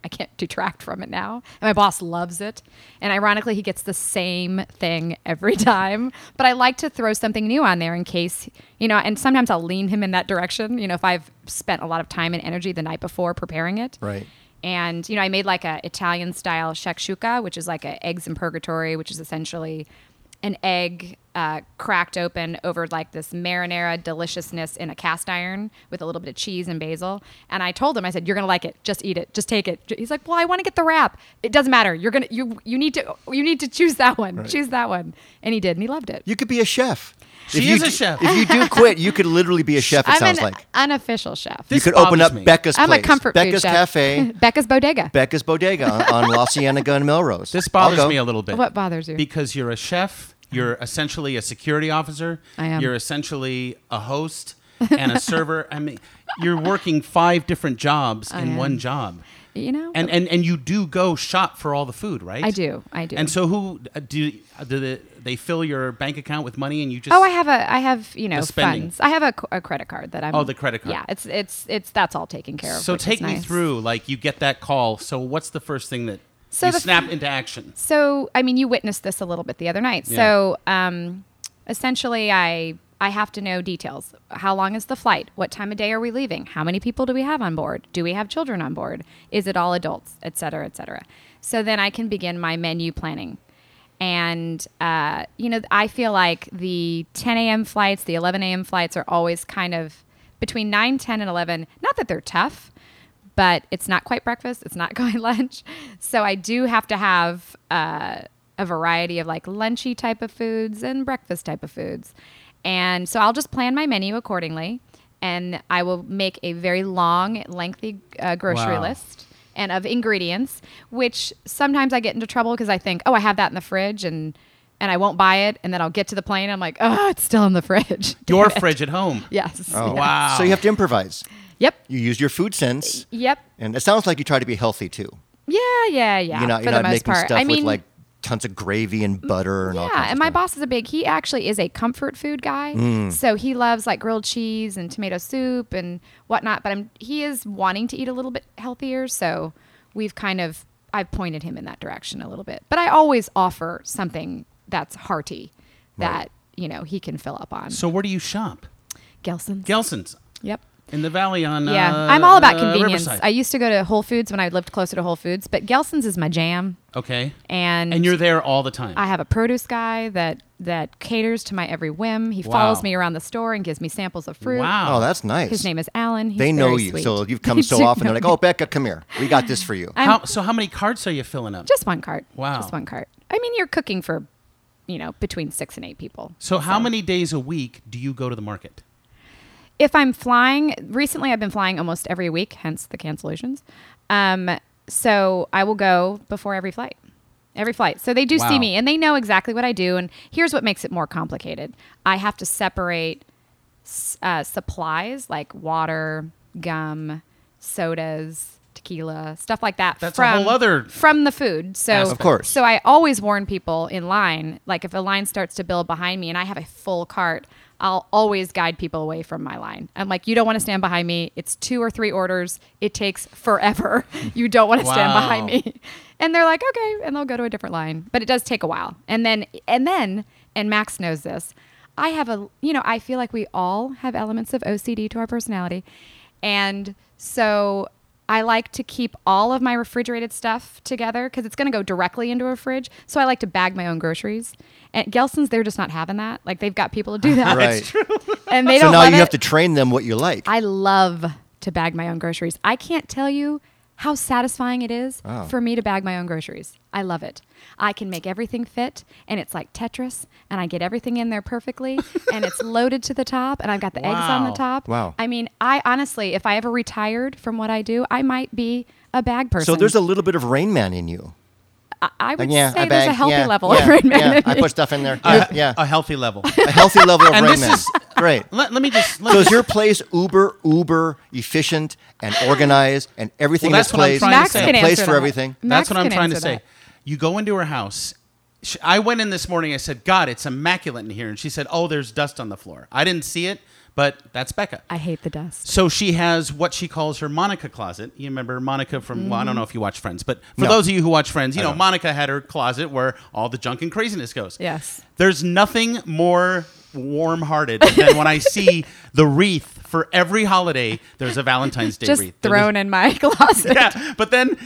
C: I can't detract from it now. And my boss loves it. And ironically, he gets the same thing every time. But I like to throw something new on there in case, you know, and sometimes I'll lean him in that direction, you know, if I've spent a lot of time and energy the night before preparing it
A: Right.
C: and you know i made like a italian style shakshuka which is like a eggs in purgatory which is essentially an egg uh, cracked open over like this marinara deliciousness in a cast iron with a little bit of cheese and basil. And I told him, I said, "You're gonna like it. Just eat it. Just take it." He's like, "Well, I want to get the wrap. It doesn't matter. You're gonna you you need to you need to choose that one. Choose that one." And he did, and he loved it.
A: You could be a chef.
B: She
A: you
B: is a
A: d-
B: chef.
A: If you do quit, you could literally be a chef. It
C: I'm
A: sounds
C: an
A: like
C: unofficial chef.
A: you
B: This
A: could open
B: bothers
A: up
B: me.
A: Becca's
C: I'm
A: place,
C: a comfort food
A: Becca's
C: chef.
A: Cafe,
C: Becca's Bodega.
A: Becca's Bodega on, on La Cienega and Melrose.
B: This
A: I'll
B: bothers
A: go.
B: me a little bit.
C: What bothers you?
B: Because you're a chef, you're essentially a security officer,
C: I am.
B: you're essentially a host and a server. I mean, you're working five different jobs in
C: am.
B: one job.
C: you know,
B: And, and and you do go shop for all the food, right?
C: I do, I do.
B: And so who uh, do uh, do they, they fill your bank account with money and you just
C: Oh, I have a, I have you know
B: The spending.
C: funds. I have a, c- a credit card that I'm.
B: Oh, the credit card.
C: Yeah, it's it's it's that's all taken care of.
B: So
C: which is
B: take me
C: nice.
B: through like you get that call. So what's the first thing that
C: So
B: you
C: the-
B: snap into action?
C: So I mean, you witnessed this a little bit the other night. So um, essentially, I I have to know details. How long is the flight? What time of day are we leaving? How many people do we have on board? Do we have children on board? Is it all adults? Et cetera, et cetera. So then I can begin my menu planning. And, uh, you know, I feel like the 10 a.m. flights, the 11 a.m. flights are always kind of between 9, 10, and 11. Not that they're tough, but it's not quite breakfast. It's not going lunch. So I do have to have uh, a variety of like lunchy type of foods and breakfast type of foods. And so I'll just plan my menu accordingly. And I will make a very long, lengthy uh, grocery
B: Wow.
C: list list and of ingredients, which sometimes I get into trouble because I think, oh, I have that in the fridge and and I won't buy it, and then I'll get to the plane. I'm like, oh, it's still in the fridge. Damn
B: Your
C: it."
B: fridge at home.
C: Yes.
A: Oh.
B: Wow.
A: So you have to improvise.
C: Yep.
A: You use your food sense,
C: Yep.
A: and it sounds like you try to be healthy too.
C: Yeah. Yeah. Yeah.
A: you're not,
C: for
A: you're
C: the
A: not
C: most
A: making
C: part.
A: stuff
C: I mean,
A: with like tons of gravy and butter and all.
C: yeah.
A: kinds
C: And
A: of
C: my
A: stuff. Mm.
C: boss is a big. He actually is a comfort food guy, so he loves like grilled cheese and tomato soup and whatnot. But I'm he is wanting to eat a little bit healthier, so we've kind of I've pointed him in that direction a little bit. But I always offer something that's hearty that you know he can fill up on.
B: So where do you shop?
C: Gelson's.
B: Gelson's
C: yep.
B: in the valley on
C: Yeah,
B: uh,
C: I'm all about
B: uh,
C: convenience.
B: Riverside.
C: I used to go to Whole Foods when I lived closer to Whole Foods, but Gelson's is my jam.
B: Okay.
C: And
B: And you're there all the time.
C: I have a produce guy that that caters to my every whim. He
B: Wow.
C: follows me around the store and gives me samples of fruit.
B: wow.
A: Oh, that's nice.
C: His name is Alan. He's
A: They know
C: very
A: you,
C: sweet.
A: so you've come
C: They
A: so
C: do
A: often.
C: know
A: They're like,
C: me.
A: "Oh, Becca, come here. We got this for you."
B: how, so how many carts are you filling up?
C: just one cart.
B: Wow.
C: Just one cart. I mean, you're cooking for, you know, between six and eight people.
B: so how many days a week do you go to the market?
C: if I'm flying, recently I've been flying almost every week, hence the cancellations. Um, so I will go before every flight. Every flight. So they do
B: Wow.
C: see me and they know exactly what I do. And here's what makes it more complicated I have to separate s- uh, supplies like water, gum, sodas, tequila, stuff like that.
B: That's a whole other
C: From the food. So,
B: aspect.
A: Of course.
C: So I always warn people in line, like if a line starts to build behind me and I have a full cart, I'll always guide people away from my line. I'm like, you don't want to stand behind me. It's two or three orders. It takes forever. You don't want to stand
B: Wow.
C: behind me. And they're like, okay, and they'll go to a different line. But it does take a while. And then and then and Max knows this. I have a you know, I feel like we all have elements of OCD to our personality. And so I like to keep all of my refrigerated stuff together because it's going to go directly into a fridge. So I like to bag my own groceries. And Gelson's, they're just not having that. Like they've got people to do that,
A: right.
C: and they
A: So
C: don't.
A: now
C: love
A: you
C: it.
A: have to train them what you like.
C: I love to bag my own groceries. I can't tell you how satisfying it is for me to bag my own groceries. I love it. I can make everything fit and it's like Tetris and I get everything in there perfectly and it's loaded to the top and I've got the eggs on
B: Wow.
C: the top.
A: Wow.
C: I mean, I honestly, if I ever retired from what I do, I might be a bag person.
A: so there's a little bit of Rain Man in you.
C: I, I would
A: Like, yeah,
C: say
A: I
C: there's
A: beg,
C: a healthy
A: yeah,
C: level
A: yeah,
C: of Rain Man
A: yeah,
C: in
A: I
C: me.
A: put stuff in there. Yeah,
B: A-
A: Uh, yeah.
B: A healthy level.
A: a healthy level of
B: Uh, and
A: Rain
B: this
A: Man.
B: is
A: Great.
B: let, let me just let
A: So
B: me
A: is your place uber, uber efficient and organized and everything
B: Well,
A: is
B: that's what I'm
A: placed?
B: trying to
C: Max
B: say.
C: can
B: A
C: answer
A: place for
C: that.
A: everything.
C: Max
B: That's what I'm
C: can
B: trying to
C: answer
B: say.
C: that.
B: You go into her house. Sh I went in this morning. I said, "God, it's immaculate in here," and she said, "Oh, there's dust on the floor." I didn't see it, but that's Becca.
C: I hate the dust.
B: So she has what she calls her Monica closet. You remember Monica from, well, I don't know if you watch Friends, but for
A: No.
B: those of you who watch Friends, you
A: I
B: know,
A: don't.
B: Monica had her closet where all the junk and craziness goes.
C: Yes.
B: There's nothing more warm hearted than when I see the wreath for every holiday, there's a Valentine's Day
C: Just
B: wreath. There was-
C: thrown in my closet.
B: yeah, but then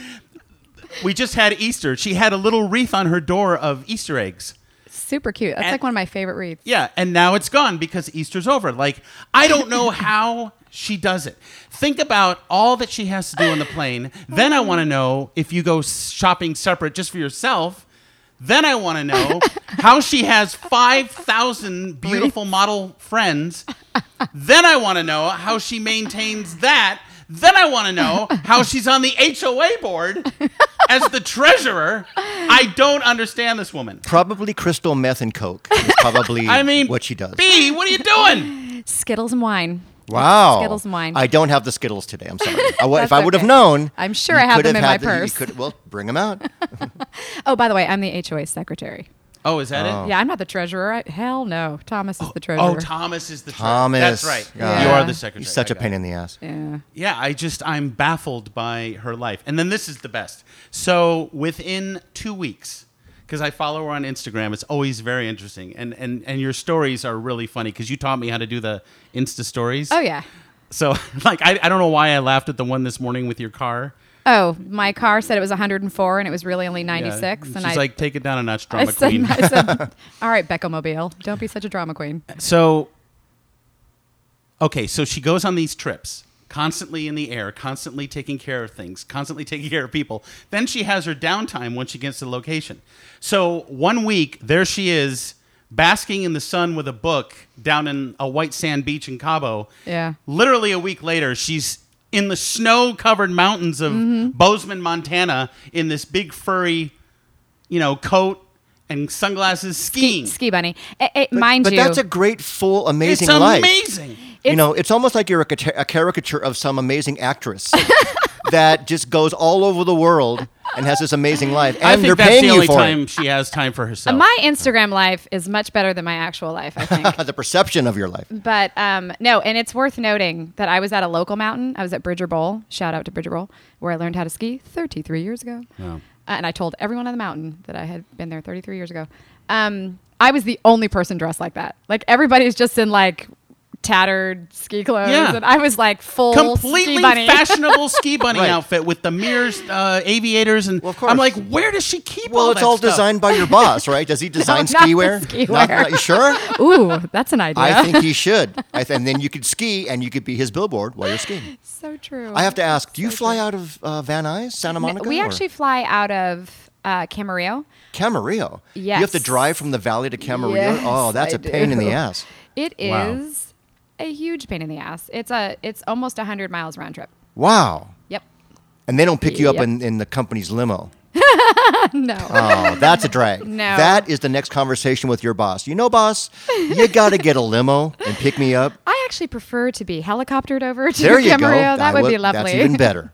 B: we just had Easter. She had a little wreath on her door of Easter eggs.
D: super cute. That's
B: And-
D: like one of my favorite reads.
B: Yeah, and now it's gone because Easter's over. Like, I don't know how she does it. Think about all that she has to do on the plane. Then I want to know if you go s- shopping separate just for yourself. Then I want to know how she has 5,000 beautiful model friends. Then I want to know how she maintains that. Then I want to know how she's on the HOA board as the treasurer. I don't understand this woman.
A: Probably crystal meth and coke. Is probably
B: I mean,
A: what she does.
B: B, what are you doing?
C: Skittles and wine.
A: Wow.
C: Skittles and wine.
A: I don't have the Skittles today. I'm sorry. I, wa- if
D: That's
A: I would have
D: okay.
A: known,
D: I'm sure
A: you
D: I have
A: could
D: them in my
A: had the- you
D: purse.
A: could- well, bring them out.
C: Oh, by the way, I'm the HOA secretary.
B: Oh, is that it?
D: Yeah, I'm not the treasurer. I, hell no. Thomas is the treasurer.
B: Oh, Thomas is the treasurer.
A: Thomas.
B: That's right.
A: Yeah.
B: You are the
D: Yeah.
B: secretary.
A: He's such a
B: I got
A: pain
B: it.
A: in the ass.
D: yeah.
B: Yeah, I just I'm baffled by her life. And then this is the best. So within two weeks, because I follow her on Instagram, it's always very interesting. And and and your stories are really funny because you taught me how to do the Insta stories.
D: Oh, yeah.
B: So like I, I don't know why I laughed at the one this morning with your car.
D: Oh, my car said it was 104 and it was really only 96.
B: She's
D: and I,
B: like, take it down a notch,
D: I
B: drama
D: said,
B: queen.
D: I said, all right, Becca Mobile, don't be such a drama queen.
B: So, okay, so she goes on these trips, constantly in the air, constantly taking care of things, constantly taking care of people. Then she has her downtime when she gets to the location. So, one week, there she is, basking in the sun with a book down in a white sand beach in Cabo.
D: Yeah.
B: Literally a week later, she's in the snow covered mountains of Bozeman, Montana, in this big furry, you know, coat and sunglasses skiing.
C: Ski bunny. Eh, eh, mind
A: but
C: you,
A: that's a great, full, amazing
B: It's
A: life.
B: amazing.
A: you know, it's almost like you're a, cata- a caricature of some amazing actress that just goes all over the world and has this amazing life. And
B: I think
A: they're
B: that's
A: paying
B: the
A: you
B: only
A: for
B: time she has time for herself.
C: my Instagram life is much better than my actual life, I think.
A: it. The perception of your life.
C: But um, no, and it's worth noting that I was at a local mountain. I was at Bridger Bowl. Shout out to Bridger Bowl, where I learned how to ski 33 years ago. Uh, and I told everyone on the mountain that I had been there 33 years ago. Um, I was the only person dressed like that. Like everybody's just in like tattered ski clothes,
B: Yeah.
C: and I was like full
B: completely
C: ski bunny.
B: fashionable ski bunny
A: Right.
B: outfit with the mirrors, uh, aviators, and
A: of course.
B: I'm like, where does she keep all
A: Well, it's
B: that
A: all
B: stuff?
A: designed by your boss, right? Does he design
C: not
A: ski
C: the
A: wear?
C: ski
A: Not-
C: wear.
A: you sure?
C: Ooh, that's an idea.
A: I think he should. I th- and then you could ski and you could be his billboard while you're skiing.
C: so true.
A: I have to ask, do you fly out of uh, Van Nuys, Santa
C: No,
A: Monica?
C: we
A: or
C: actually fly out of uh, Camarillo.
A: Camarillo. You have to
C: Yes.
A: drive from the valley to Camarillo.
C: Yes,
A: oh, that's
C: I
A: a pain in the
C: do.
A: ass.
C: It is
B: Wow.
C: a huge pain in the ass. It's a it's almost 100 miles round trip.
A: Wow.
C: Yep.
A: And they don't pick you up
C: Yep.
A: in, in the company's limo.
C: No.
A: Oh, that's a drag.
C: No.
A: That is the next conversation with your boss. You know, boss, you got to get a limo and pick me up.
C: I actually prefer to be helicoptered over to
A: There you
C: Camarillo.
A: go.
C: That
A: I
C: would be
A: would-
C: lovely.
A: That's even better.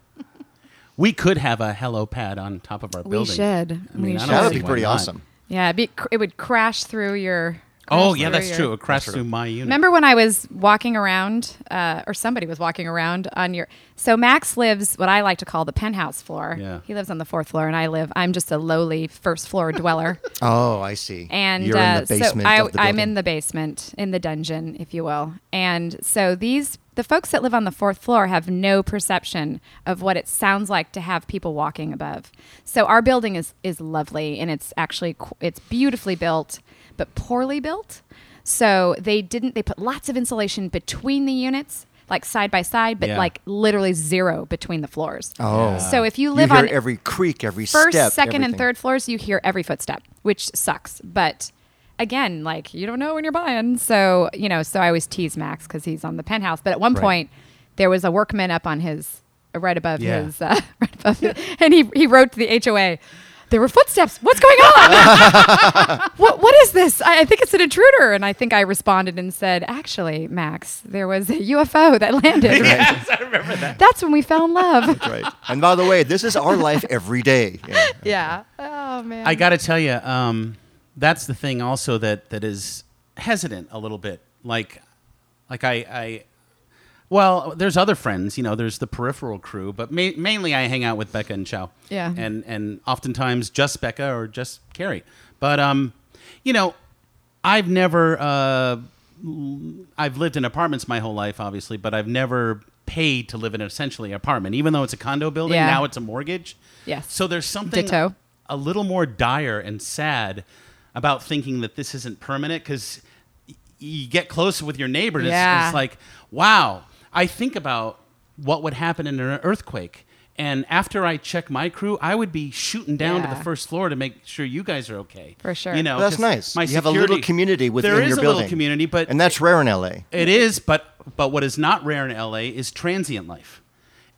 B: We could have a hello pad on top of our
C: We
B: building.
C: should.
B: I mean,
C: We
B: I don't
C: should.
A: That would
B: see
A: be
B: why
A: pretty
B: not.
A: awesome.
C: yeah, it'd be, cr- it would crash through your.
B: Oh
C: crash
B: yeah,
C: through
B: that's
C: your-
B: true. It crashed through my unit.
C: Remember when I was walking around, uh, or somebody was walking around on your. So Max lives what I like to call the penthouse floor.
B: Yeah.
C: He lives on the fourth floor, and I live. I'm just a lowly first floor dweller.
A: Oh, I see.
C: and
A: You're
C: uh,
A: in the basement
C: so I,
A: of the
C: I'm
A: building.
C: in the basement, in the dungeon, if you will. And so these the folks that live on the fourth floor have no perception of what it sounds like to have people walking above. So our building is is lovely, and it's actually qu- it's beautifully built, but poorly built. So they didn't they put lots of insulation between the units. Like side by side, but
B: Yeah.
C: like literally zero between the floors.
A: Oh.
C: so if you
A: You
C: live
A: hear
C: on
A: every creak, every
C: first,
A: step,
C: second, and
A: everything.
C: third floors, you hear every footstep, which sucks. But again, like you don't know when you're buying, so you know. So I always tease Max because he's on the penthouse. But at one
A: Right.
C: point, there was a workman up on his right above
B: Yeah.
C: his uh, right above, and he he wrote to the HOA. There were footsteps. What's going on? what what is this? I, I think it's an intruder. And I think I responded and said, actually, Max, there was a UFO that landed.
B: yes, I remember that.
C: That's when we fell in love.
A: Right. And by the way, this is our life every day. Yeah.
C: yeah. Oh man.
B: I got to tell you, um, that's the thing also that that is hesitant a little bit. Like, like I, I, well, there's other friends. You know, there's the peripheral crew, but ma- mainly I hang out with Becca and Chow.
D: Yeah.
B: and and oftentimes just Becca or just Carrie. But um, you know, I've never uh, I've lived in apartments my whole life, obviously, but I've never paid to live in essentially an apartment, even though it's a condo building.
D: Yeah.
B: Now it's a mortgage.
C: Yes.
B: So there's something
C: Ditto.
B: a little more dire and sad about thinking that this isn't permanent because you get close with your neighbor. and It's,
C: Yeah.
B: it's like, wow, I think about what would happen in an earthquake. And after I check my crew, I would be shooting down to
C: Yeah.
B: the first floor to make sure you guys are okay.
C: For sure.
B: You know,
A: Well, that's nice.
B: 'cause My
A: you have a little
B: security-
A: community within
B: there is
A: your
B: a
A: building.
B: little community, but
A: and that's rare in LA.
B: it is, but but what is not rare in LA is transient life,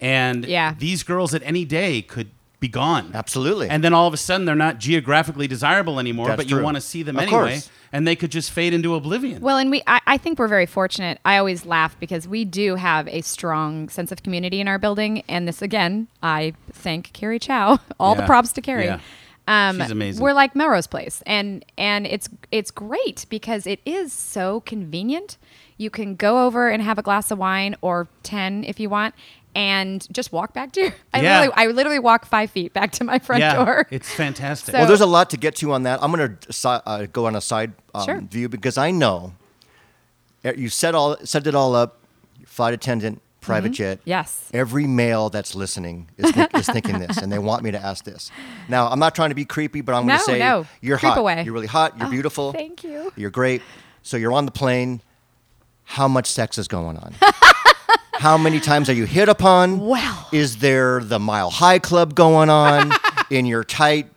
B: and
C: Yeah.
B: these girls at any day could be gone.
A: Absolutely.
B: And then all of a sudden they're not geographically desirable anymore,
A: That's
B: but you
A: true.
B: want to see them
A: Of
B: anyway,
A: course.
B: and they could just fade into oblivion.
C: Well, and we, I, I think we're very fortunate. I always laugh because we do have a strong sense of community in our building. And this, again, I thank Carrie Chow. All the
B: Yeah.
C: props to Carrie.
B: Yeah.
C: Um,
B: She's amazing.
C: We're like Melrose Place, and and it's it's great because it is so convenient. You can go over and have a glass of wine or ten if you want, and just walk back to. Your, I
B: Yeah.
C: literally, I literally walk five feet back to my front
B: yeah,
C: door.
B: it's fantastic.
C: So-
A: Well, there's a lot to get to on that. I'm going to uh, go on a side um,
C: Sure.
A: view because I know uh, you set all set it all up. Flight attendant, private jet.
C: Mm-hmm. Yes.
A: Every male that's listening is, think, is thinking this, and they want me to ask this. Now, I'm not trying to be creepy, but I'm going
C: No,
A: to say
C: no.
A: you're
C: Creep
A: hot.
C: away. Ah,
A: You're really hot. You're beautiful.
C: thank you.
A: You're great. So you're on the plane. How much sex is going on? How many times are you hit upon?
C: Well.
A: Is there the mile high club going on in your tight,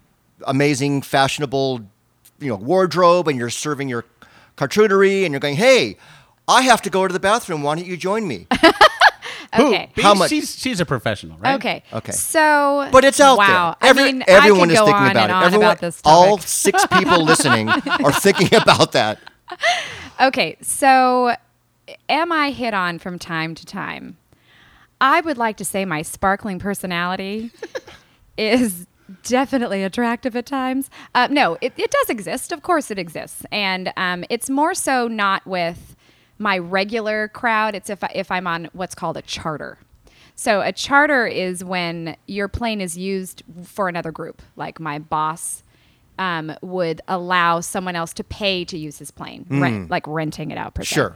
A: amazing, fashionable, you know, wardrobe and you're serving your charcuterie and you're going, hey, I have to go to the bathroom. Why don't you join me?
B: Who?
C: okay.
B: Be-
A: How much-
B: She's, she's a professional, right?
C: Okay.
A: Okay.
C: So,
A: But it's out
C: wow.
A: there. Every-
C: I mean,
A: everyone
C: I could
A: is
C: go
A: thinking
C: on
A: about
C: and
A: it.
C: on
A: Everyone,
C: about this topic.
A: all six people listening are thinking about that.
C: Okay, so am I hit on from time to time? I would like to say my sparkling personality is definitely attractive at times. Uh, no, it, it does exist. Of course, it exists, and um, it's more so not with my regular crowd. It's if I, if I'm on what's called a charter. So a charter is when your plane is used for another group, like my boss um, would allow someone else to pay to use his plane, rent, like renting it out per se.
A: Sure.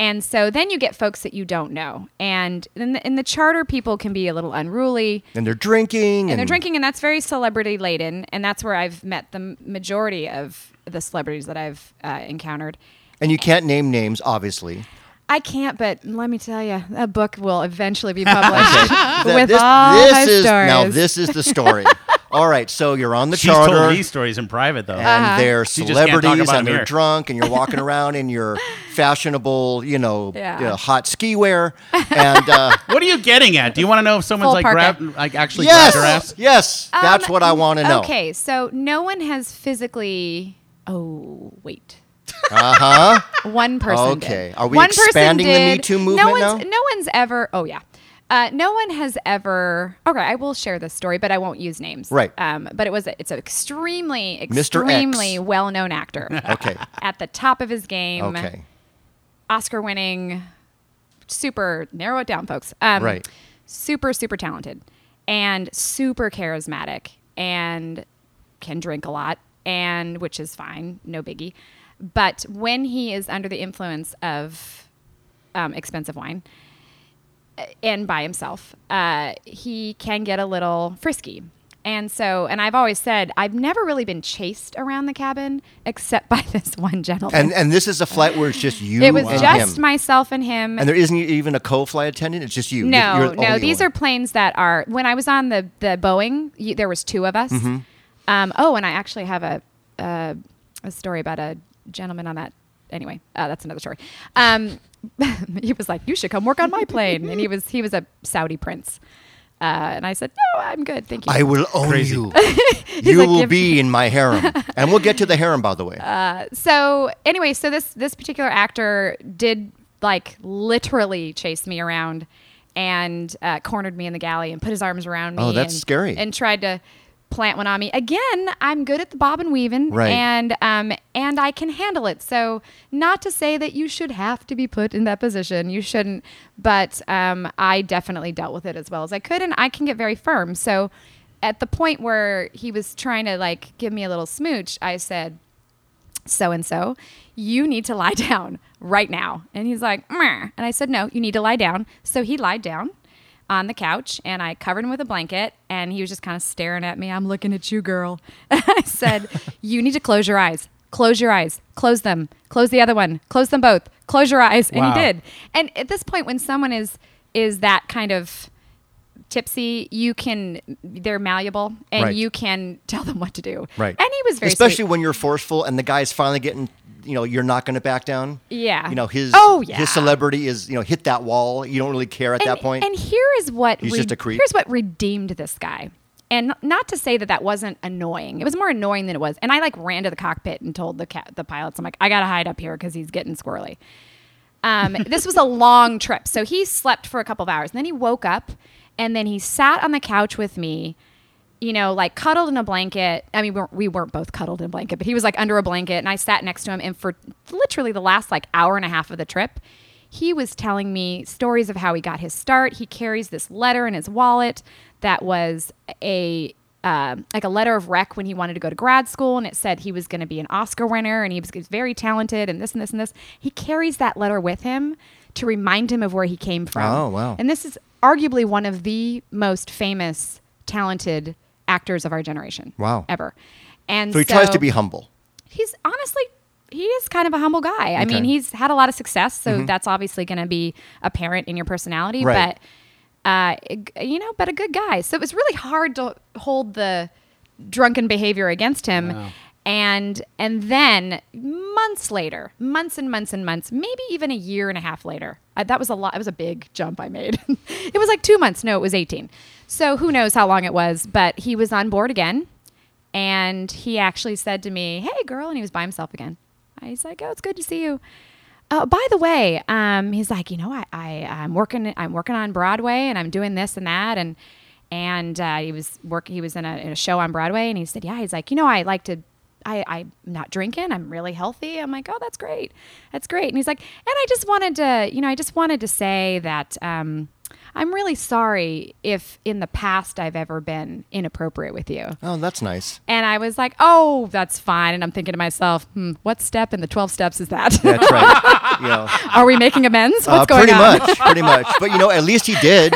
C: And so then you get folks that you don't know, and in the, in the charter, people can be a little unruly
A: And they're drinking. And,
C: and they're drinking, and that's very celebrity laden, and that's where I've met the m- majority of the celebrities that I've uh, encountered.
A: And you can't name names, obviously.
C: I can't, but let me tell you, a book will eventually be published
A: Th-
C: with all my
A: is,
C: stories.
A: Now, this is the story. all right. So you're on the
B: She's
A: charter.
B: told these stories in private, though.
C: Uh-huh.
A: and they're
B: You just can't talk
A: celebrities
B: about
A: and
B: them
A: they're
B: here.
A: drunk and you're walking around in your fashionable, you know,
C: Yeah.
A: you know, hot ski wear. And uh,
B: what are you getting at? Do you want to know if someone's
C: Full
B: like
C: parka.
B: grabbed, like actually
A: yes,
B: grabbed her ass?
A: yes, that's
C: Um,
A: what I want to know.
C: Okay, so no one has physically. Oh wait. Uh huh. One person. did.
A: Uh-huh. Okay, are we
C: One person
A: expanding the Me
C: did.
A: Too
C: No
A: movement
C: one's,
A: now?
C: no one's ever. Oh yeah. Uh, no one has ever. Okay, I will share this story, but I won't use names.
A: Right.
C: Um, but it was. a- It's an extremely,
A: Mr. X.
C: extremely well-known actor.
A: Okay.
C: At the top of his game.
A: Okay.
C: Oscar winning, super narrow it down, folks. Um,
A: Right.
C: Super, super talented and super charismatic and can drink a lot, and which is fine, no biggie. But when he is under the influence of um, expensive wine uh, and by himself, uh, he can get a little frisky. And so, and I've always said, I've never really been chased around the cabin except by this one gentleman.
A: And and this is a flight where it's just you
C: It was
A: and
C: just
A: him.
C: myself and him.
A: and there isn't even a co-flight attendant. It's just you. You're-
C: no,
A: you're the
C: no,
A: only
C: these
A: one.
C: are planes that are. When I was on the the Boeing, you, there was two of us.
A: Mm-hmm.
C: Um, oh, and I actually have a, a a story about a gentleman on that. Anyway, uh, that's another story. Um, he was like, "You should come work on my plane," and he was he was a Saudi prince. Uh, and I said, "No, I'm good, thank you."
A: I will own
B: Crazy.
A: you. you
C: like,
A: will
C: "Give-
A: be in my harem, and we'll get to the harem, by the way.
C: so anyway, so this this particular actor did like literally chase me around and uh, cornered me in the galley and put his arms around me.
A: Oh, that's
C: and-
A: scary.
C: And tried to plant one on me again. I'm good at the bob and weaving,
A: Right.
C: And um and I can handle it. So not to say that you should have to be put in that position, you shouldn't. But um, I definitely dealt with it as well as I could, and I can get very firm. So at the point where he was trying to like give me a little smooch, I said so and so, you need to lie down right now. And he's like, "Meh." and I said, no, you need to lie down. So he lied down. on the couch and I covered him with a blanket and he was just kind of staring at me. I'm looking at you, girl. And I said, You need to close your eyes. Close your eyes. Close them. Close the other one. Close them both. Close your eyes. And
B: Wow.
C: he did. And at this point, when someone is is that kind of tipsy, you can they're malleable and
A: Right.
C: you can tell them what to do.
A: Right.
C: And he was very
A: especially
C: sweet.
A: when you're forceful and the guy's finally getting. You know, you're not going to back down.
C: Yeah.
A: You know his.
C: Oh, yeah.
A: His celebrity is you know hit that wall. You don't really care at
C: and,
A: that point.
C: And here is what
A: He's
C: re-
A: just a creep.
C: here's what redeemed this guy. And n- not to say that that wasn't annoying. It was more annoying than it was. And I like ran to the cockpit and told the ca- the pilots, I'm like, I gotta hide up here because he's getting squirrely. Um, this was a long trip, so he slept for a couple of hours, and then he woke up, and then he sat on the couch with me, you know, like cuddled in a blanket. I mean, we weren't, we weren't both cuddled in a blanket, but he was like under a blanket, and I sat next to him. And for literally the last like hour and a half of the trip, he was telling me stories of how he got his start. He carries this letter in his wallet that was a um, like a letter of rec when he wanted to go to grad school, and it said he was going to be an Oscar winner and he was, he was very talented and this and this and this. He carries that letter with him to remind him of where he came from.
A: Oh, wow.
C: And this is arguably one of the most famous, talented actors of our generation.
A: Wow.
C: Ever. And
A: so he tries to
C: so-
A: be humble.
C: he's honestly he is kind of a humble guy. I mean,
A: Okay. Mm-hmm.
C: he's had a lot of success, so that's obviously going to be apparent in your personality.
A: Right.
C: But uh, g- you know, but a good guy. So it was really hard to hold the drunken behavior against him. And and then months later, months and months and months, maybe even a year and a half later, I, that was a lot. It was a big jump I made. it was like two months. No, it was eighteen. So who knows how long it was? But he was on board again, and he actually said to me, "Hey, girl," and he was by himself again. He's like, "Oh, it's good to see you." Oh, by the way, um, he's like, you know, I, I I'm working I'm working on Broadway and I'm doing this and that and and uh, he was work he was in a, in a show on Broadway and he said, yeah, he's like, you know, I like to. I, I'm not drinking. I'm really healthy. I'm like, oh, that's great. That's great. And he's like, and I just wanted to, you know, I just wanted to say that um, I'm really sorry if in the past I've ever been inappropriate with you.
A: Oh, that's nice.
C: And I was like, oh, that's fine. And I'm thinking to myself, hmm, what step in the 12 steps is that?
A: That's right. you know,
C: Are we making amends? What's
A: uh,
C: going
A: pretty
C: on?
A: much, pretty much. But you know, at least he did.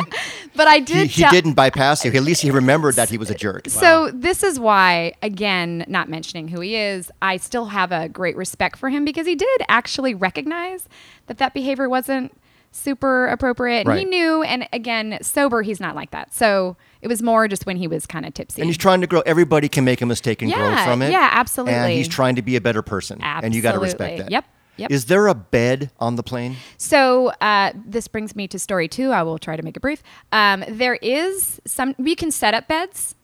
C: But I
A: He,
C: did
A: he
C: tell-
A: didn't bypass you. At least he remembered that he was a jerk.
C: So this is why, again, not mentioning who he is, I still have a great respect for him because he did actually recognize that that behavior wasn't super appropriate. And he
A: Right.
C: knew, and again, sober, he's not like that. So it was more just when he was kind of tipsy.
A: And he's trying to grow. Everybody can make a mistake and grow
C: Yeah,
A: from it.
C: yeah, absolutely.
A: And he's trying to be a better person. And you got to respect
C: Absolutely.
A: that.
C: Yep, yep.
A: Is there a bed on the plane?
C: So uh, this brings me to story two. I will try to make it brief. Um, there is some we can set up beds.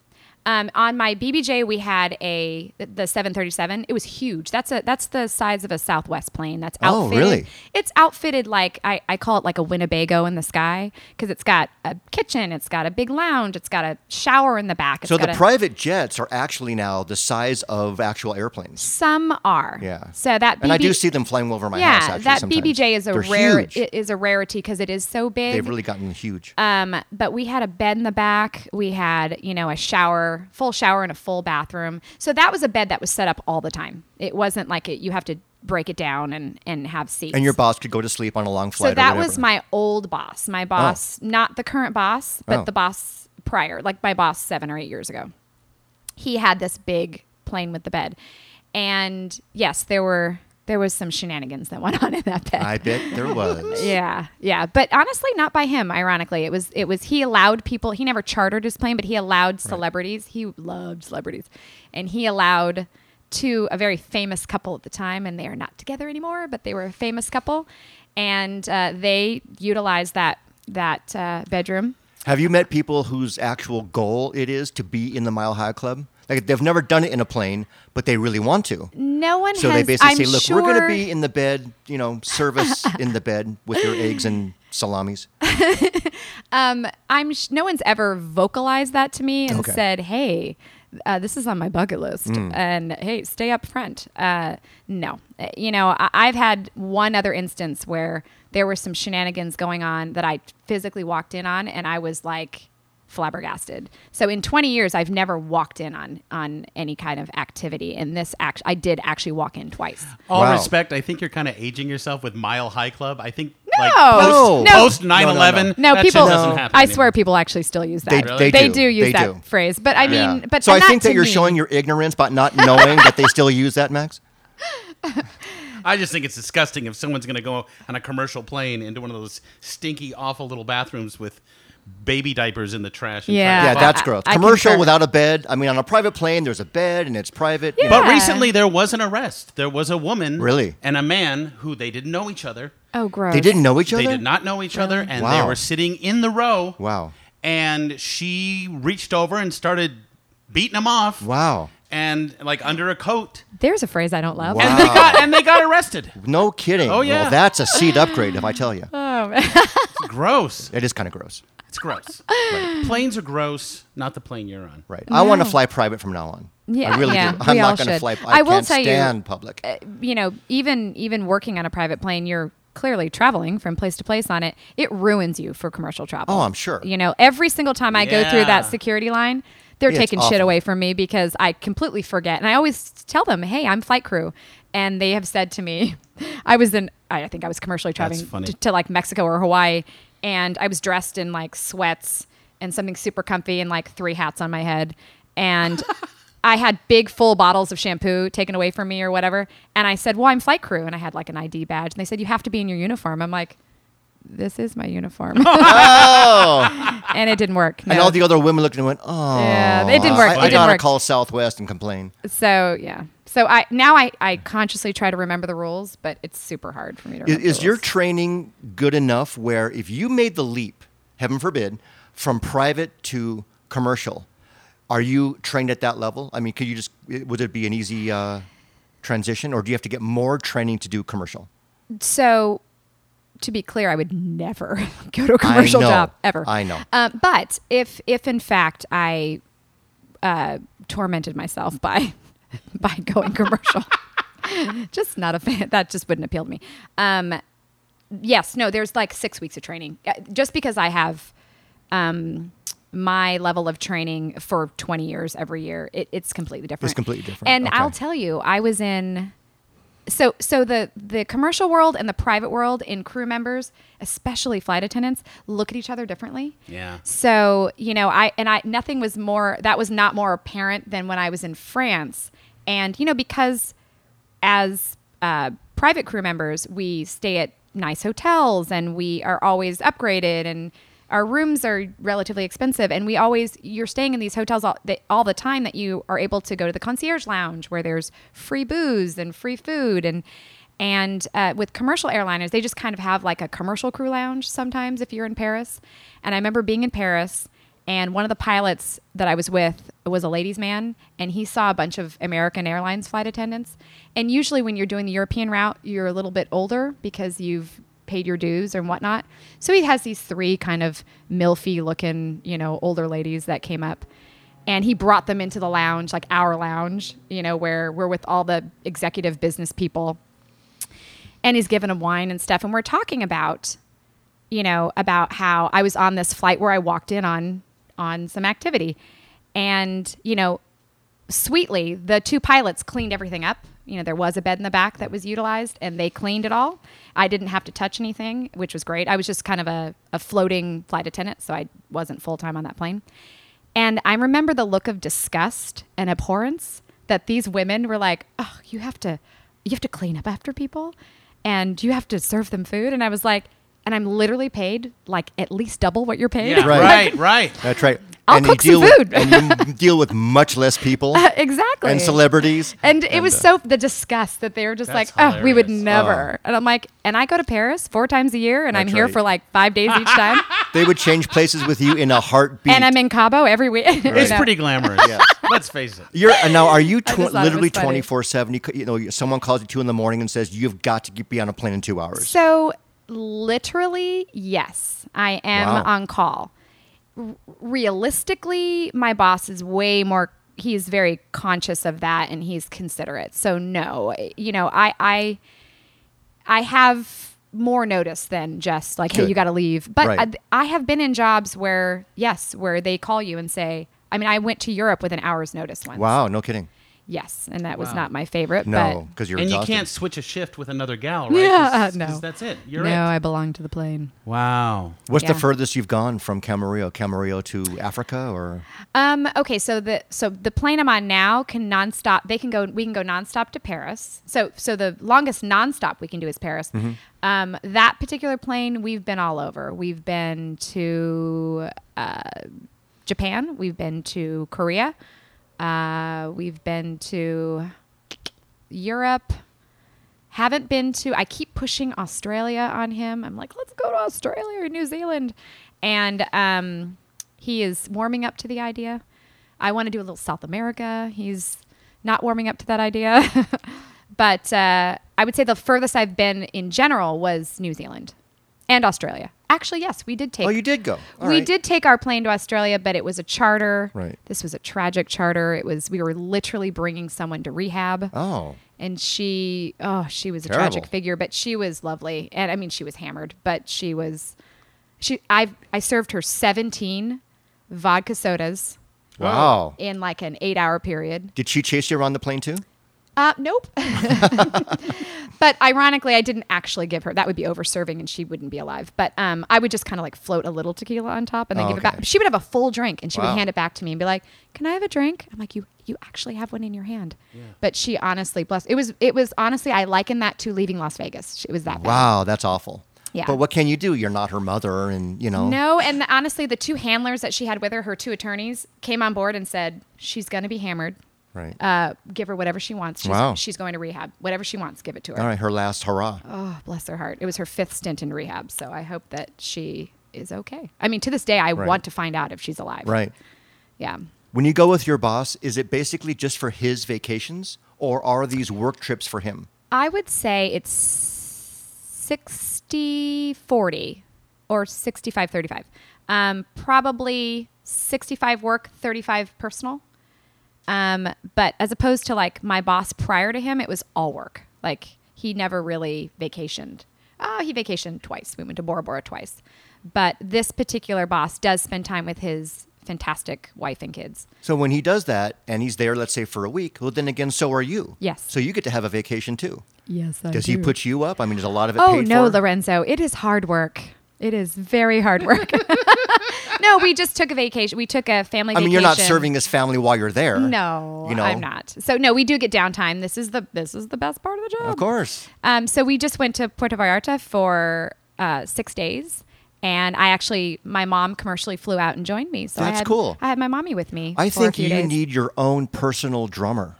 C: Um, on my BBJ, we had a the 737. It was huge. That's a that's the size of a Southwest plane. That's
A: Oh,
C: outfitted.
A: really?
C: It's outfitted like I, I call it like a Winnebago in the sky because it's got a kitchen, it's got a big lounge, it's got a shower in the back. It's
A: So
C: got
A: the
C: a,
A: private jets are actually now the size of actual airplanes.
C: some are
A: Yeah.
C: So that BB,
A: and I do see them flying over my house.
C: yeah
A: Actually,
C: that
A: sometimes.
C: BBJ is a
A: They're
C: rare
A: Huge.
C: it is a rarity because it is so big.
A: They've really gotten huge.
C: Um, but we had a bed in the back. We had, you know, a shower, full shower and a full bathroom. So that was a bed that was set up all the time. It wasn't like it, you have to break it down and, and have seats.
A: and your boss could go to sleep on a long flight.
C: so that
A: or
C: was
A: whatever.
C: my old boss, my boss, not the current boss, but
A: Oh.
C: the boss prior, like my boss seven or eight years ago. He had this big plane with the bed. And yes, there were, there was some shenanigans that went on in that bed.
A: I bet there was.
C: Yeah, yeah, but honestly, not by him. Ironically, it was it was he allowed people. He never chartered his plane, but he allowed celebrities. He loved celebrities, and he allowed two a very famous couple at the time, and they are not together anymore, but they were a famous couple, and uh, they utilized that that uh, bedroom.
A: Have you met people whose actual goal it is to be in the Mile High Club? Like they've never done it in a plane, but they really want to.
C: No one
A: So
C: has.
A: they basically
C: I'm
A: say, "Look,
C: sure,
A: we're going to be in the bed, you know, service in the bed with your eggs and salamis."
C: I'm sh- no one's ever vocalized that to me and
A: Okay. Hmm.
C: said, "Hey, uh, this is on my bucket list," and "Hey, stay up front." Uh, no, Uh, you know, I- I've had one other instance where there were some shenanigans going on that I physically walked in on, and I was like flabbergasted. So in 20 years, I've never walked in on on any kind of activity, and this act I did actually walk in twice.
B: All
A: Wow.
B: respect, I think you're kind of aging yourself with Mile High Club. I think Like
A: No.
B: post,
A: No.
B: post
A: No, no, no.
B: 9/11.
C: No,
B: that
C: people.
B: shit doesn't happen.
C: I
B: anymore.
C: swear, people actually still use that.
A: They- they do.
C: do use
A: They
C: that
A: do.
C: phrase, but I mean,
A: Yeah.
C: but
A: so I
C: not
A: think that
C: to
A: you're
C: me.
A: showing your ignorance by not knowing that they still use that, Max.
B: I just think it's disgusting if someone's going to go on a commercial plane into one of those stinky, awful little bathrooms with baby diapers in the trash. And
C: Yeah.
A: Yeah,
B: trash.
C: I-
A: that's
C: I-
A: gross.
C: I
A: Commercial
C: concur.
A: without a bed. I mean, on a private plane, there's a bed and it's private. you know.
B: But
C: Yeah.
B: recently there was an arrest. There was a woman,
A: Really?
B: and a man who they didn't know each other.
C: Oh, gross.
A: They didn't know each other.
B: They did not know each other, and
A: Wow.
B: they were sitting in the row.
A: Wow.
B: And she reached over and started beating him off.
A: Wow.
B: And like under a coat,
C: There's a phrase I don't love.
A: Wow.
B: and they got and they got arrested.
A: No kidding.
B: Oh, yeah.
A: Well, that's a seat upgrade, if I tell you.
B: It's gross.
A: It is kind of gross.
B: It's gross. Planes are gross. Not the plane you're on.
A: Right. I want to fly private from now on.
C: Yeah,
A: I really
C: yeah,
A: do. I'm
C: we all
A: not going to
C: should.
A: fly.
C: I
A: I,
C: will
A: can't
C: tell you- uh,
A: stand public.
C: you know, even even working on a private plane, you're clearly traveling from place to place on it. It ruins you for commercial travel.
A: Oh, I'm sure.
C: You know, every single time I go through that
B: Yeah.
C: security line, they're
A: It's
C: taking shit
A: awful.
C: away from me because I completely forget. And I always tell them, "Hey, I'm flight crew," and they have said to me, "I was in, I I think I was commercially traveling
B: funny.
C: to, to like Mexico or Hawaii, and I was dressed in like sweats and something super comfy and like three hats on my head, and." I had big full bottles of shampoo taken away from me or whatever. And I said, Well, I'm flight crew. And I had like an ID badge. And they said, You have to be in your uniform. I'm like, This is my uniform. and it didn't work.
A: Oh. And
C: no.
A: all the other women looked and went, "Oh,
C: uh, Yeah, it didn't work.
A: I,
C: It
A: I
C: didn't
A: gotta
C: work.
A: call Southwest and complain.
C: so, yeah. So I now I, I consciously try to remember the rules, but it's super hard for me to
A: Is,
C: remember.
A: is
C: the
A: your
C: rules.
A: training good enough where if you made the leap, heaven forbid, from private to commercial, are you trained at that level? I mean, could you just would it be an easy uh, transition, or do you have to get more training to do commercial?
C: so to be clear, I would never go to a commercial
A: know.
C: job ever.
A: I know.
C: Uh, but if if in fact I uh, tormented myself by by going commercial, just not a fan. That just wouldn't appeal to me. Um, yes, no. There's like six weeks of training. Uh, Just because I have um, my level of training for 20 years every year, it, it's completely different.
A: It's completely different.
C: And
A: Okay.
C: I'll tell you, I was in so so the the commercial world and the private world in crew members especially flight attendants look at each other differently
B: Yeah.
C: so you know i and i nothing was more that was not more apparent than when i was in france and you know because as uh, private crew members we stay at nice hotels and we are always upgraded and our rooms are relatively expensive and we always you're staying in these hotels all the, all the time that you are able to go to the concierge lounge where there's free booze and free food and and uh, with commercial airliners they just kind of have like a commercial crew lounge sometimes if you're in paris and i remember being in paris and one of the pilots that I was with was a ladies' man, and he saw a bunch of American Airlines flight attendants. And usually, when you're doing the European route, you're a little bit older because you've paid your dues and whatnot. So he has these three kind of milfy looking, you know, older ladies that came up, and he brought them into the lounge, like our lounge, you know, where we're with all the executive business people and he's giving him wine and stuff and we're talking about you know about how i was on this flight where i walked in on on some activity and you know sweetly the two pilots cleaned everything up you know there was a bed in the back that was utilized and they cleaned it all i didn't have to touch anything which was great i was just kind of a, a floating flight attendant so i wasn't full-time on that plane and i remember the look of disgust and abhorrence that these women were like oh you have to you have to clean up after people and you have to serve them food and i was like and i'm literally paid like at least double what you're paid
B: Yeah,
A: Right.
B: right, right.
A: That's right.
C: I'll
A: and
C: cook some
A: you deal
C: food.
A: With, and you deal with much less people
C: exactly
A: and celebrities. uh,
C: And it was so the disgust that they were just like,
B: That's
C: oh, we would
B: hilarious.
C: never. And I'm like, and I go to Paris four times a year, and I'm
A: That's
C: here
A: right.
C: for like five days each time,
A: They would change places with you in a heartbeat.
C: and I'm in Cabo every week. You
B: It's
C: know?
B: pretty glamorous.
A: Yes.
B: Let's face it.
A: You're and now. Are you tw-
C: just thought it
A: literally
C: was funny.
A: twenty four seven? You know, someone calls you two in the morning and says you've got to be on a plane in two hours.
C: So, literally, yes, I am
A: Wow.
C: on call. R- realistically, my boss is way more. He's very conscious of that, and he's considerate. So, no, you know, I, I, I have more notice than just like, hey,
A: Good.
C: you got to leave. But
A: Right.
C: I, I have been in jobs where, yes, where they call you and say. I mean, I went to Europe with an hour's notice once.
A: wow, no kidding.
C: Yes, and that was
B: Wow.
C: not my favorite.
A: No, because you're
B: and you
A: exhausted.
B: can't switch a shift with another gal, right?
D: Yeah,
B: 'Cause-
D: no.
B: 'cause that's it. You're
D: no,
B: it.
D: I belong to the plane.
B: wow.
A: What's
C: Yeah.
A: the furthest you've gone from Camarillo? Camarillo to Africa, or
C: But um, okay, so the so the plane I'm on now can nonstop. They can go. We can go nonstop to Paris. So so the longest nonstop we can do is Paris. Um, that particular plane, we've been all over. We've been to uh, Japan. We've been to Korea. Uh, we've been to Europe. Haven't been to, I keep pushing Australia on him. I'm like, let's go to Australia or New Zealand. And um, he is warming up to the idea. I want to do a little South America. He's not warming up to that idea. but uh, I would say the furthest I've been in general was New Zealand and Australia. Actually, yes, we did take.
A: oh, you did go. All
C: we
A: right.
C: did take our plane to Australia, but it was a charter.
A: Right.
C: This was a tragic charter. It was we were literally bringing someone to rehab
A: Oh,
C: and she oh she was a
A: Terrible.
C: tragic figure but she was lovely and i mean she was hammered but she was she i i served her 17 vodka sodas
A: wow.
C: in like an 8 hour period
A: Did she chase you around the plane too?
C: uh nope but ironically i didn't actually give her that would be over serving and she wouldn't be alive but um i would just kind of like float a little tequila on top and then
A: Oh,
C: give it
A: okay.
C: back she would have a full drink and she
A: Wow.
C: would hand it back to me and be like can i have a drink i'm like you you actually have one in your hand but she honestly blessed it was it was honestly i liken that to leaving las vegas it was that bad.
A: Wow, that's awful.
C: Yeah.
A: But what can you do? You're not her mother, and you know.
C: No, and the, honestly, the two handlers that she had with her, her two attorneys, came on board and said, "She's going to be hammered.
A: Right.
C: Uh, give her whatever she wants. She's,
A: Wow.
C: she's going to rehab. Whatever she wants, give it to her."
A: All right, her last hurrah.
C: Oh, bless her heart. It was her fifth stint in rehab, so I hope that she is okay. I mean, to this day, I
A: Right.
C: want to find out if she's alive.
A: Right.
C: Yeah.
A: When you go with your boss, is it basically just for his vacations, or are these work trips for him?
C: I would say it's 60 40 or 65 35. Um, probably 65 work, 35 personal. Um, but as opposed to like my boss prior to him, it was all work. Like he never really vacationed. Oh, he vacationed twice. We went to Bora Bora twice. But this particular boss does spend time with his fantastic wife and kids.
A: So when he does that, and he's there, let's say for a week, well, then again, so are you.
C: Yes.
A: So you get to have a vacation too.
D: Yes, I
A: Does he put you up? I mean, is a lot of it
C: Oh
A: paid
C: no,
A: for?
C: Lorenzo, it is hard work. It is very hard work. no, we just took a vacation. We took a family.
A: I mean, you're not
C: vacation.
A: serving his family while you're there.
C: No,
A: You know?
C: I'm not. So no, we do get downtime. This is the this is the best part of the job.
A: Of course.
C: Um, so we just went to Puerto Vallarta for uh, six days, and I actually my mom commercially flew out and joined me. So I
A: That's
C: had,
A: cool.
C: I had my mommy with me.
A: I
C: for a
A: think
C: few
A: you
C: days.
A: need your own personal drummer.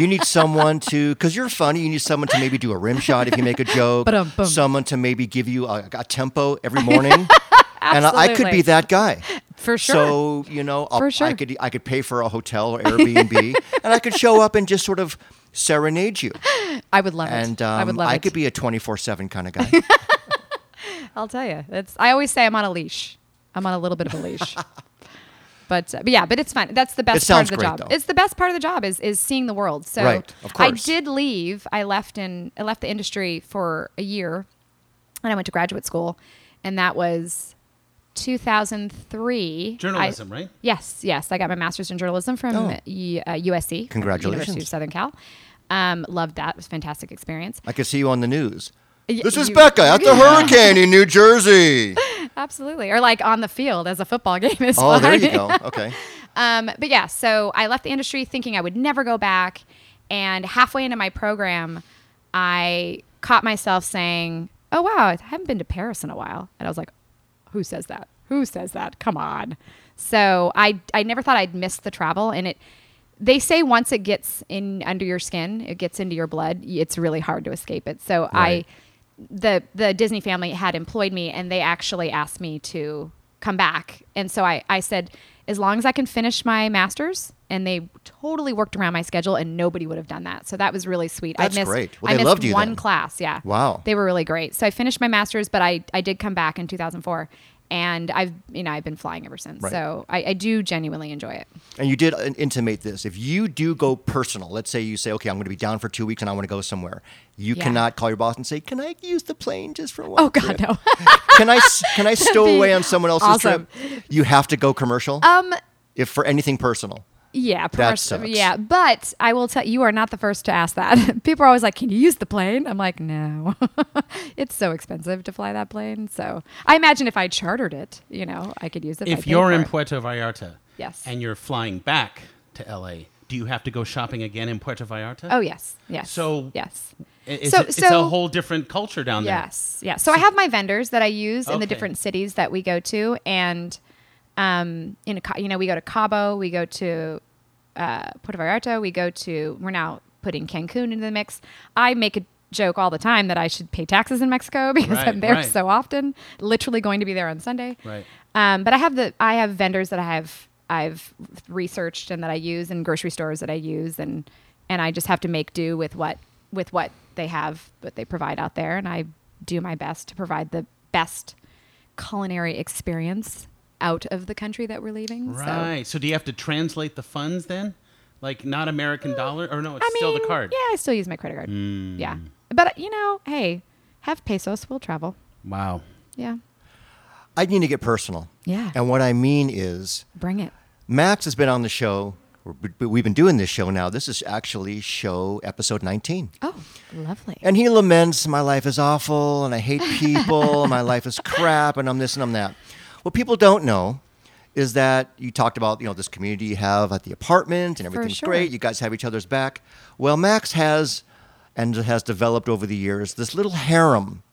A: you need someone to, because you're funny. You need someone to maybe do a rim shot if you make a joke.
D: Ba-dum-bum.
A: Someone to maybe give you a, a tempo every morning. and I, I could
C: Absolutely.
A: be that guy.
C: for sure.
A: So you know, I'll,
C: For sure.
A: I could I could pay for a hotel or Airbnb, and I could show up and just sort of serenade you.
C: I would love
A: And
C: it.
A: um,
C: I would love it.
A: could be a twenty four seven kind of guy.
C: I'll tell you. It's I always say I'm on a leash. I'm on a little bit of a leash. But, uh, but yeah, but it's fun. That's the best part
A: sounds
C: of the
A: great,
C: job.
A: though.
C: It's the best part of the job is is seeing the world. So
A: Right, of
C: I
A: course.
C: did leave. I left in I left the industry for a year, and I went to graduate school, and that was 2003. I-
B: Journalism, right?
C: Yes, yes. I got my master's in journalism from
A: Oh.
C: uh, USC.
A: Congratulations.
C: University of Southern Cal. Um, loved that. It was a fantastic experience.
A: I could see you on the news.
C: Y-
A: This is
C: you-
A: Becca at the hurricane in New Jersey.
C: Absolutely. Or like on the field as a football game is
A: Oh, there you
C: fine.
A: go. Okay.
C: Um, but yeah, so I left the industry thinking I would never go back. And halfway into my program, I caught myself saying, Oh, wow, I haven't been to Paris in a while. And I was like, Who says that? Who says that? Come on. So I, I never thought I'd miss the travel. And it, they say once it gets in under your skin, it gets into your blood, y- it's really hard to escape it. So
A: Right.
C: I, the the Disney family had employed me and they actually asked me to come back. And so I, I said, as long as I can finish my master's and they totally worked around my schedule and nobody would have done that. So that was really sweet.
A: That's
C: I missed
A: great. Well,
C: I
A: they
C: missed
A: loved you
C: one
A: then.
C: class. Yeah.
A: Wow.
C: They were really great. So I finished my master's, but I, I did come back in two thousand four and I've you know, I've been flying ever since.
A: Right.
C: So I, I do genuinely enjoy it.
A: And you did uh, in- intimate this. If you do go personal, let's say you say, okay, I'm going to be down for two weeks and I want to go somewhere. You
C: Yeah.
A: cannot call your boss and say, can I use the plane just for one?
C: Oh God,
A: trip?
C: no.
A: can I s- can I stow away on someone else's
C: awesome.
A: trip? You have to go commercial.
C: um
A: if for anything personal.
C: Yeah,
A: That
C: pers-
A: sucks.
C: yeah. But I will tell you are not the first to ask that. People are always like, "Can you use the plane?" I'm like, "No, it's so expensive to fly that plane." So I imagine if I chartered it, you know, I could use it. I
B: if
C: paid
B: you're
C: for
B: in
C: it.
B: Puerto Vallarta,
C: Yes.
B: and you're flying back to LA, do you have to go shopping again in Puerto Vallarta?
C: oh yes, yes.
B: So-
C: yes,
B: I- It's, a,
C: So-
B: it's a
C: so-
B: whole different culture down there.
C: yes, yeah. So I have my vendors that I use in the
B: Okay.
C: different cities that we go to, and um, in a, ca- you know, we go to Cabo, we go to uh, Puerto Vallarta, we go to. We're now putting Cancun into the mix. I make a joke all the time that I should pay taxes in Mexico because
B: Right,
C: I'm there
B: right.
C: so often. Literally going to be there on Sunday.
B: Right.
C: Um, but I have the I have vendors that I have I've researched and that I use, and grocery stores that I use, and and I just have to make do with what with what they have, what they provide out there, and I do my best to provide the best culinary experience out of the country that we're leaving. So.
B: Right. So. do you have to translate the funds then? Like not American dollar or no, it's
C: Mm, I mean,
B: still the card. Mm.
C: yeah, I still use my credit card. Yeah, but you know, hey, have pesos, we'll travel.
B: Wow.
C: Yeah,
A: I need to get personal.
C: Yeah.
A: And what I mean is,
C: bring it.
A: Max has been on the show. or b- b- We've been doing this show now. This is actually show episode 19.
C: Oh, lovely.
A: And he laments, my life is awful and I hate people, and my life is crap and I'm this and I'm that. What people don't know is that you talked about, you know, this community you have at the apartment and everything's
C: sure.
A: great. You guys have each other's back. Well, Max has and has developed over the years this little harem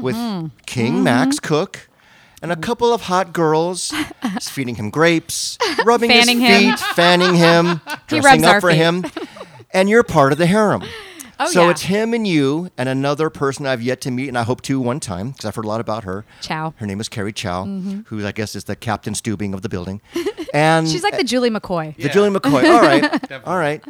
A: with
C: Mm-hmm.
A: King Max Cook and a couple of hot girls She's feeding him grapes, rubbing
C: Fanning
A: his feet,
C: him.
A: fanning him,
C: He
A: dressing
C: rubs
A: up
C: our
A: for
C: feet.
A: him. And you're part of the harem.
C: Oh,
A: so
C: yeah.
A: it's him and you and another person I've yet to meet, and I hope to one time because I've heard a lot about her.
C: Chow. Mm-hmm.
A: Her name is Carrie Chow, who I guess is the Captain Steubing of the building, and
C: She's like the Julie McCoy.
A: the Julian McCoy. All right, all right.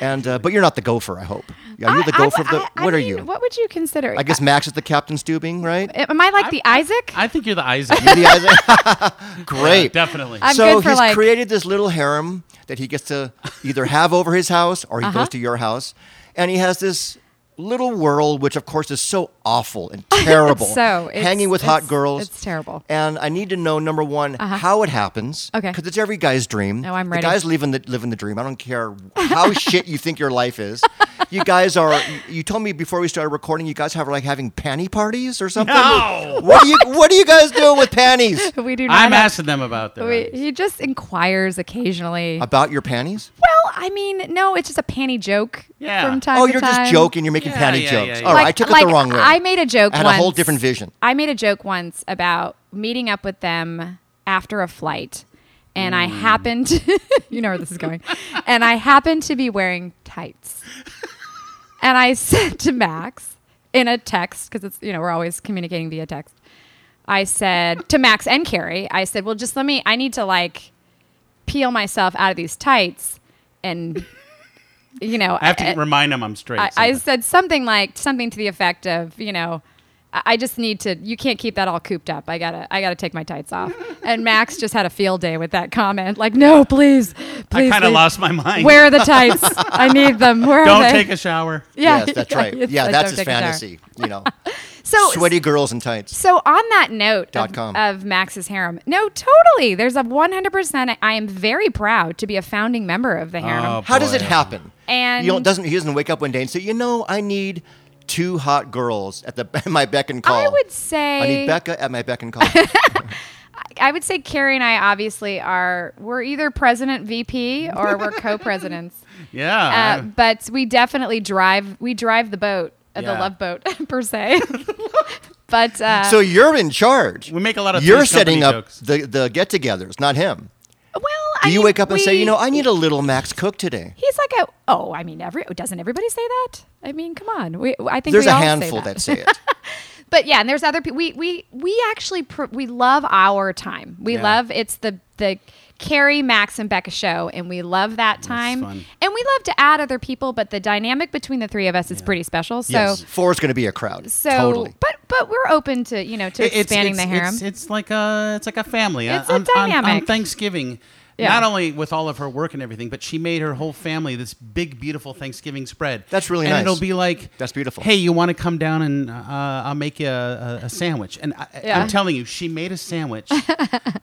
A: And uh, but you're not the gopher, I hope. Yeah, you're the
C: I- I
A: gopher. of
C: w-
A: the
C: I- I
A: what are
C: mean,
A: you?
C: What would you consider? Uh,
A: I guess Max is the Captain Steubing, right?
C: Am I like the Isaac?
B: I think you're the Isaac.
A: You're the Isaac. Great.
B: Definitely.
C: I'm
A: so
C: good for
A: he's
C: like-
A: created this little harem that he gets to either have over his house or he
C: Uh-huh.
A: goes to your house, and he has this little world, which of course is so awful and terrible.
C: so, it's-
A: hanging with hot
C: it's-
A: girls,
C: it's terrible. Uh-huh.
A: And I need to know number one how it happens.
C: Okay.
A: because it's every guy's dream.
C: Oh, I'm
A: the
C: ready.
A: Guys living the living the dream. I don't care how shit you think your life is. You guys are. You, you told me before we started recording. You guys have like having panty parties or something.
B: No!
A: What do you What do you guys do with panties?
C: we do not.
B: I'm
C: have-
B: asking them about that.
C: we- he just inquires occasionally.
A: About your panties?
C: well, I mean, no, it's just a panty joke
B: Yeah.
C: from time
A: oh,
C: to
A: you're
C: time.
A: just joking. You're making
B: Yeah,
A: panty
B: yeah,
A: jokes.
B: yeah, yeah.
A: All right,
C: Like-
A: I took
C: like,
A: it the wrong way.
C: I made a joke.
A: I had a whole
C: once.
A: different vision.
C: I made a joke once about meeting up with them after a flight, and
A: Hmm.
C: I happened, you know where this is going, and I happened to be wearing tights. And I said to Max in a text, because it's, you know, we're always communicating via text. I said to Max and Carrie, I said, well, just let me, I need to like peel myself out of these tights and, you know,
B: I have to
C: I-
B: remind them I'm straight.
C: I, I
B: sometimes.
C: said something like something to the effect of, you know, I I just need to. You can't keep that all cooped up. I gotta, I gotta take my tights off. And Max just had a field day with that comment. Like, no, please,
B: I
C: please.
B: kind of
C: please.
B: lost my mind.
C: Where are the tights? I need them. Where are
B: Don't
C: they?
B: take a shower.
A: yes, that's right.
C: it's
A: yeah,
C: like,
A: that's his
C: don't take a shower.
A: fantasy. You know,
C: So
A: sweaty girls in tights.
C: So on that note
A: Dot
C: of,
A: com.
C: of Max's harem, no, totally. There's a 100%. I am very proud to be a founding member of the harem.
B: Oh,
A: How does it
B: boy.
A: happen?
C: And-
A: you know, it doesn't he doesn't wake up one day and say, you know, I need two hot girls at the at my beck and call.
C: I would
A: I
C: say
A: need Becca at my beck and call.
C: I would say Carrie and I obviously are we're either president VP or we're co-presidents.
B: Yeah.
C: Uh, but we definitely drive we drive the boat, uh, the
B: Yeah.
C: love boat per se. but uh,
A: so you're in charge.
B: We make a lot of
A: You're
B: three's company
A: setting up
B: jokes.
A: the the get-togethers, not him.
C: well,
A: Do
C: I
A: you
C: mean,
A: wake up and say, you know,
C: we-
A: I need a little Max Cook today?
C: He's like a oh, I mean, every doesn't everybody say that? I mean, come on. We I think
A: There's
C: we
A: a
C: all say
A: handful
C: that.
A: that say it.
C: but yeah, and there's other people. We we we actually pr- we love our time. We
B: Yeah.
C: love it's the the Carrie, Max, and Becca show, and we love that time.
B: fun.
C: And we love to add other people, but the dynamic between the three of us is pretty special. So
A: yes, four is going to be a crowd.
C: so,
A: totally.
C: but but we're open to you know to
B: It-
C: expanding the harem.
B: It's, it's like a it's like a family. Uh,
C: It's
B: on,
C: a
B: on- on
C: dynamic.
B: Thanksgiving,
C: Yeah.
B: Not only with all of her work and everything, but she made her whole family this big, beautiful Thanksgiving spread.
A: That's really
B: and
A: nice.
B: it'll be like,
A: That's beautiful.
B: Hey, you want to come down and uh, I'll make you a, a, a sandwich. And I,
C: Yeah.
B: I'm telling you, she made a sandwich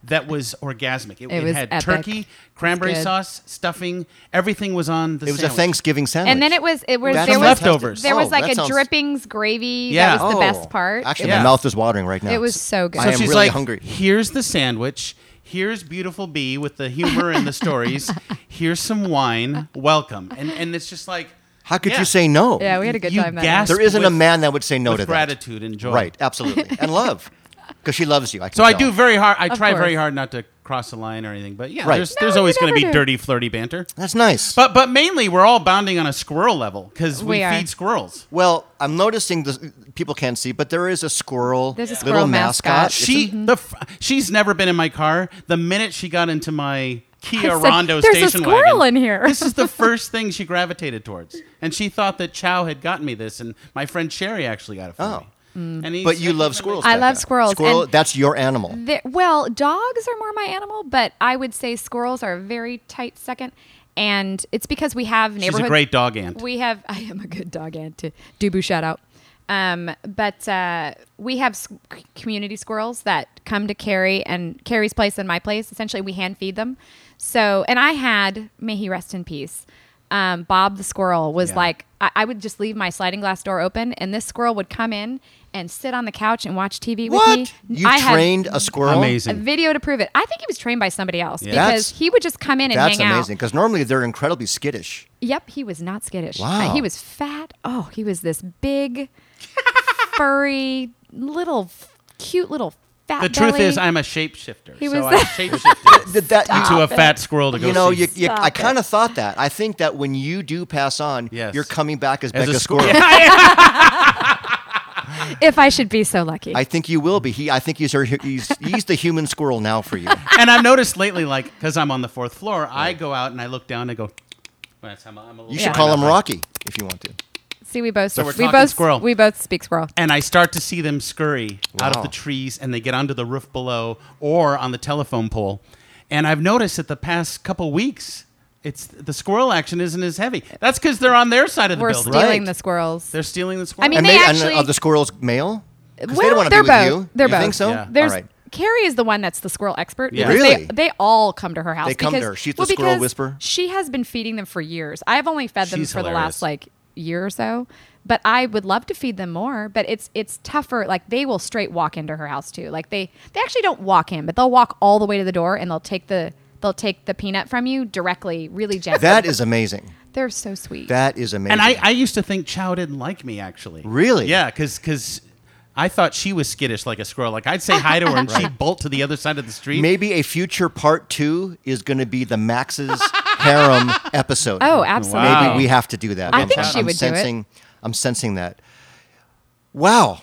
B: that was orgasmic. It,
C: was
B: had
C: epic.
B: turkey, cranberry
C: good.
B: sauce, stuffing. Everything was on the.
A: It was a
B: sandwich.
A: Thanksgiving sandwich.
E: And then it was it was
A: That's
E: there
B: Some
E: was
B: leftovers.
E: there
A: Oh,
E: was like
A: that
E: a
A: sounds-
E: dripping gravy.
B: Yeah.
E: That was the
A: Oh.
E: best part.
A: Actually,
B: Yeah.
A: my mouth is watering right now.
C: It was so good.
A: I
C: So
A: am
B: she's
A: really
B: like,
A: hungry.
B: Here's the sandwich. Here's beautiful bee with the humor and the stories. Here's some wine. Welcome. And and it's just like
A: How could
B: yeah.
A: you say no?
C: yeah, we had a good
B: You
C: time. That
B: gasped
C: night.
A: There isn't a
B: With-
A: man that would say no
B: with
A: to that.
B: gratitude and joy.
A: Right, absolutely. And love. Because she loves you. I can
B: So I
A: tell.
B: do very hard. I try
C: course.
B: very hard not to cross the line or anything. But yeah,
A: Right.
B: there's
A: No,
B: there's
C: you
B: always going to be
C: never do.
B: dirty, flirty banter.
A: That's nice.
B: But but mainly we're all bounding on a squirrel level because we,
C: We are.
B: feed squirrels.
A: well, I'm noticing the people can't see, but there is a squirrel,
C: There's a
A: little
C: squirrel mascot.
A: mascot. It's
B: She the f- she's never been in my car. The minute she got into my Kia
C: I said,
B: Rondo
C: "There's a
B: station
C: squirrel
B: wagon,
C: in here."
B: this is the first thing she gravitated towards, and she thought that Chow had gotten me this, and my friend Sherry actually got it for
A: Oh.
B: me. And he's-
A: But you love squirrels.
C: I
A: Becca.
C: love squirrels,
A: Squirrel,
C: and- Mm,
A: that's your animal.
C: They- well, dogs are more my animal, but I would say squirrels are a very tight second. And it's because we have
B: She's
C: neighborhood.
B: a great dog aunt.
C: We have. I am a good dog aunt. To Dubu shout out. Um, but uh, we have s- c- community squirrels that come to Carrie and Carrie's place and my place. Essentially, we hand feed them. So, and I had may he rest in peace. Um, Bob the squirrel was
B: Yeah.
C: like I, I would just leave my sliding glass door open, and this squirrel would come in and sit on the couch and watch TV
A: What?
C: with me.
A: You
C: I had
A: trained a squirrel?
C: a
B: Amazing.
C: video to prove it. I think he was trained by somebody else because
A: That's-
C: he would just come in and
A: That's
C: hang out.
A: amazing. Because normally they're incredibly skittish.
C: Yep, he was not skittish.
A: Wow.
C: Uh, He was fat. Oh, he was this big, furry, little, f- cute little fat
B: The truth
C: belly.
B: is, I'm a shapeshifter.
C: He
B: so
C: was-
B: I shapeshifted
A: Did that,
B: into a fat squirrel to go
A: you know,
B: see.
A: you, you,
C: Stop
A: I
C: it.
A: kind of thought that. I think that when you do pass on,
B: Yes.
A: you're coming back as,
B: as
A: Becca
B: a squirrel.
A: Squirrel.
C: if I should be so lucky.
A: I think you will be. He, I think he's her, he's he's the human squirrel now for you.
B: and I've noticed lately, like, because I'm on the fourth floor, I go out and I look down and I go. That's how I'm, I'm a little
A: You
C: Yeah.
A: should call him
B: Like-
A: Rocky if you want to.
C: See, we both
B: So we're
C: we
B: talking
C: both
B: squirrel.
C: we both speak squirrel.
B: And I start to see them scurry out of
A: Wow.
B: the trees, and they get onto the roof below or on the telephone pole. And I've noticed that the past couple weeks, it's the squirrel action isn't as heavy. That's because they're on their side of the
C: We're
B: building.
C: stealing
A: Right.
C: the squirrels.
B: They're stealing the squirrel.
C: mean,
A: and
C: they
A: maybe
C: actually-
A: and are the squirrels male? 'Cause they
C: Well,
A: don't want to
C: they're
A: be with
C: both.
A: you.
C: They're
A: you think
C: both.
A: so?
B: Yeah.
A: All
C: There's
A: right.
C: Carrie is the one that's the squirrel expert.
B: Yeah.
C: because
A: Really?
C: They, they all come to her house.
A: They come to
C: because-
A: her. She's the
C: well,
A: squirrel
C: because
A: whisperer?
C: She has been feeding them for years. I've only fed them
B: She's
C: for the
B: hilarious.
C: last like year or so, but I would love to feed them more. But it's it's tougher. Like they will straight walk into her house too. Like they they actually don't walk in, but they'll walk all the way to the door and they'll take the they'll take the peanut from you directly, really gently.
A: That is amazing.
C: They're so sweet.
A: That is amazing.
B: and I, I used to think Chow didn't like me actually.
A: Really?
B: Yeah, because I thought she was skittish like a squirrel. Like I'd say hi to her and she'd bolt to the other side of the street.
A: maybe a future part two is going to be the Max's harem episode.
C: oh, absolutely.
A: maybe
B: Wow.
A: we have to do that.
C: I think she
A: I'm
C: would do it.
A: sensing, I'm sensing that. Wow,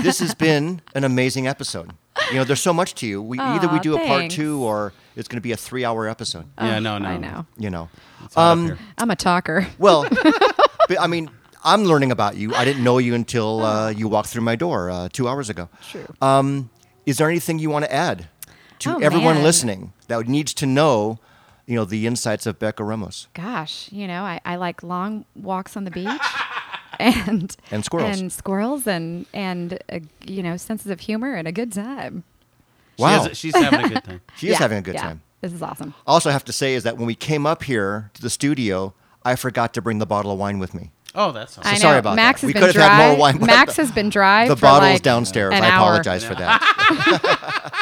A: this has been an amazing episode. You know, there's so much to you. We either we
C: Aw,
A: do a part
C: thanks.
A: two or it's going to be a three-hour episode.
B: yeah, no, no.
C: Oh, I know.
A: You know,
B: It's hot up
A: Um,
B: here.
C: I'm a talker.
A: well, but, I mean, I'm learning about you. I didn't know you until uh, you walked through my door uh, two hours ago.
C: True.
A: Um, is there anything you want to add to
C: Oh,
A: everyone
C: man.
A: listening that needs to know, you know, the insights of Becca Ramos?
C: gosh, you know, I, I like long walks on the beach and
A: And squirrels.
C: and squirrels and and uh, you know senses of humor and a good time.
A: Wow,
B: She has- she's having a good time.
A: she is
C: Yeah,
A: having a good
C: yeah.
A: time.
C: This is awesome.
A: Also, have to say is that when we came up here to the studio, I forgot to bring the bottle of wine with me.
B: Oh, that's awesome.
C: I know.
A: sorry about
C: Max
A: that.
C: Has
A: We
C: been
A: could've
C: dry.
A: had more wine, but
C: Max
A: the-
C: has been dry.
A: the
C: for
A: bottle
C: like
A: is downstairs.
C: an
A: I
C: hour.
A: apologize for that.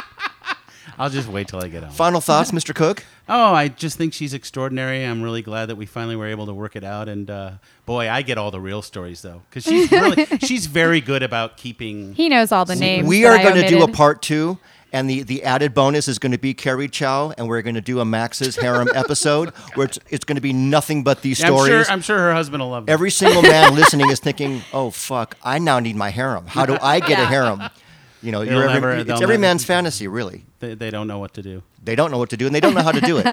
B: I'll just wait till I get home.
A: Final thoughts, Mr. Cook?
B: Oh, I just think she's extraordinary. I'm really glad that we finally were able to work it out. And uh, boy, I get all the real stories though, because she's really she's very good about keeping.
C: He knows all the names.
A: we are
C: going
A: going to do a part two and the, the added bonus is going to be Carrie Chow, and we're going to do a Max's harem episode where it's, it's going to be nothing but these
B: I'm
A: stories.
B: sure. I'm sure her husband will love. Them.
A: Every single man listening is thinking, "Oh fuck, I now need my harem. How do I get a
C: Yeah.
A: harem?" You know,
B: They'll
A: you're every,
B: never-
A: it's
B: they'll
A: every
B: never-
A: man's fantasy, really.
B: They, they don't know what to do.
A: They don't know what to do, and they don't know how to do it.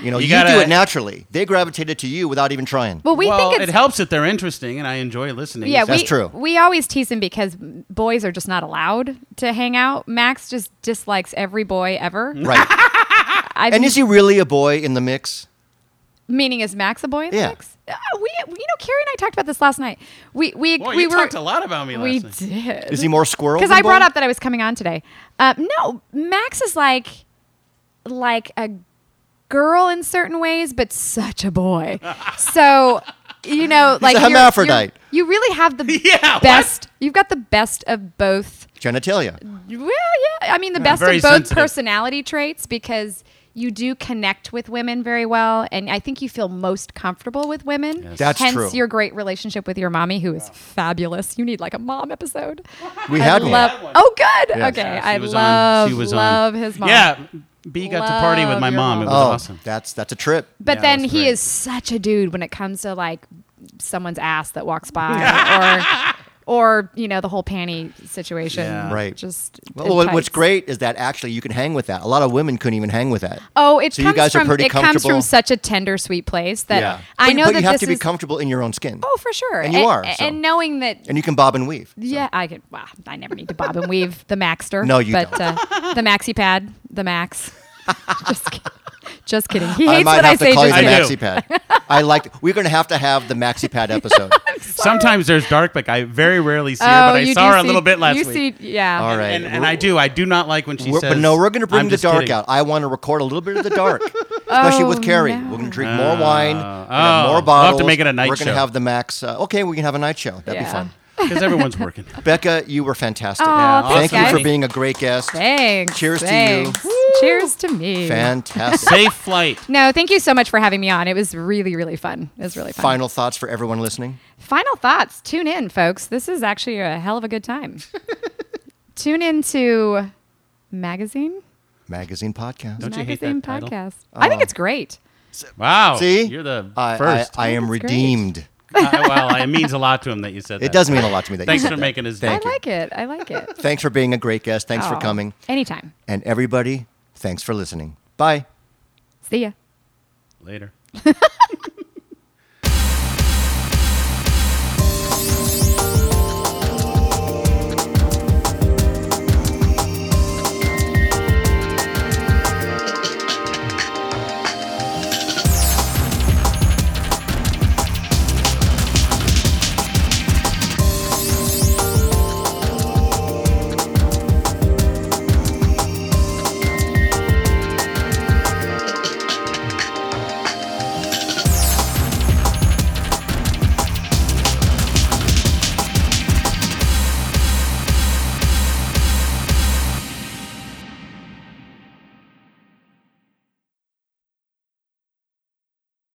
A: You know, you, do
B: gotta-
A: it naturally. They gravitated to you without even trying.
C: Well, we
B: well,
C: think it's
B: it helps that they're interesting, and I enjoy listening.
C: Yeah,
B: So-
A: That's
C: we,
A: true.
C: We always tease him because boys are just
B: Mm-hmm.
C: not allowed to hang out. Max just dislikes every boy ever.
A: right?
C: I've
A: And is he really a boy in the mix?
C: meaning is Max a boy in the
A: Yeah.
C: mix? Uh, we, we- you know, Carrie and I talked about this last night. We we
B: Boy,
C: we
B: you
C: were
B: talked a lot about me last
C: we
B: night.
C: did
A: Is he more squirrel?
C: because
A: than
C: I brought
A: boy?
C: up that I was coming on today. Uh, no, Max is like like a girl in certain ways, but such a boy. so you know, like
A: a
C: you're- you're-
A: hermaphrodite.
C: you really have the
B: Yeah, what?
C: best. You've got the best of both.
A: genitalia.
C: Well, yeah. I mean, the best
B: very
C: of both
B: sensitive.
C: personality traits because you do connect with women very well, and I think you feel most comfortable with women.
A: That's
C: Hence
A: true.
C: your great relationship with your mommy, who is fabulous. You need like a mom episode.
A: We
C: I
A: had
C: love-
A: one.
C: Oh, good.
A: Yes.
C: Okay,
B: Yeah, she
C: I
B: was on-
C: love
B: she was on-
C: love his mom.
B: Yeah, B got to party with
C: Love
B: my
C: your
B: mom. It
C: mom.
B: was
A: Oh,
B: awesome.
A: that's that's a trip.
C: But
B: Yeah,
C: then
B: that's
C: he
B: great.
C: is such a dude when it comes to like someone's ass that walks by or or you know the whole panty situation.
B: Yeah.
A: Right.
C: Just
A: Well, what-
C: in
A: what's
C: tights.
A: great is that actually you can hang with that. A lot of women couldn't even hang with that.
C: Oh, it
A: So you
C: comes
A: guys are
C: from
A: pretty
C: it comes
A: comfortable?
C: from such a tender, sweet place that I
A: But-
C: know
A: but
C: that
A: you have
C: this
A: to be
C: is
A: comfortable in your own skin,
C: oh for sure,
A: and you are, so.
C: and knowing that
A: and you can bob and weave.
C: yeah, I can. Well, I never need to bob and weave the Maxter.
A: No, you
C: but,
A: don't.
C: Uh, the maxi pad, the Max. just, kidding. just kidding. He
A: I
C: hates
A: might
C: that
A: have
C: I
A: to
C: say
A: call you
C: just
A: the
B: I
C: kidding.
B: do.
A: maxi pad. I like. We're gonna have to have the maxi pad episode.
B: Sometimes there's dark, but I very rarely see her.
C: Oh,
B: But I
C: you
B: saw
C: do
B: her a
C: see-
B: little bit last
C: you
B: week.
C: See, yeah.
A: All right.
B: and, and I do. I do not like when she
A: We're-
B: says.
A: but no, we're gonna bring
B: "I'm
A: the
B: just
A: dark
B: kidding."
A: out. I want to record a little bit of the dark, especially with
C: Oh,
A: Carrie.
C: no.
A: We're gonna drink more wine, we're gonna have
B: Uh, Oh, we'll
A: more
B: have to
A: bottles.
B: make it a night
A: We're gonna
B: show.
A: have the max. Uh, okay, we can have a night show. That'd be
C: Yeah.
A: fun.
B: because everyone's working.
A: Becca, you were fantastic.
C: Aw,
B: Yeah,
A: Thank
C: Oh, thanks,
A: you for
C: guys.
A: being a great guest.
C: Thanks.
A: Cheers to you.
C: thanks. Cheers to me.
A: Fantastic.
B: Safe flight.
C: No, thank you so much for having me on. It was really, really fun. It was really fun.
A: Final thoughts for everyone listening.
C: Final thoughts. Tune in, folks. This is actually a hell of a good time. Tune in to magazine
A: Magazine podcast.
B: Don't you hate
C: magazine
B: that title?
C: podcast. I think it's great.
B: Wow.
A: See,
B: you're the
A: I,
B: first.
A: I, I am
C: That's great.
A: redeemed.
B: I- well, it means a lot to him that you said that.
A: It does mean a lot to me that
B: Thanks
A: you said
B: for
A: that.
B: making his
A: Thank
B: day.
C: I like it. I like it.
A: Thanks for being a great guest. Thanks
C: Aw.
A: for coming,
C: Anytime.
A: and everybody, thanks for listening. Bye.
C: See ya.
B: Later.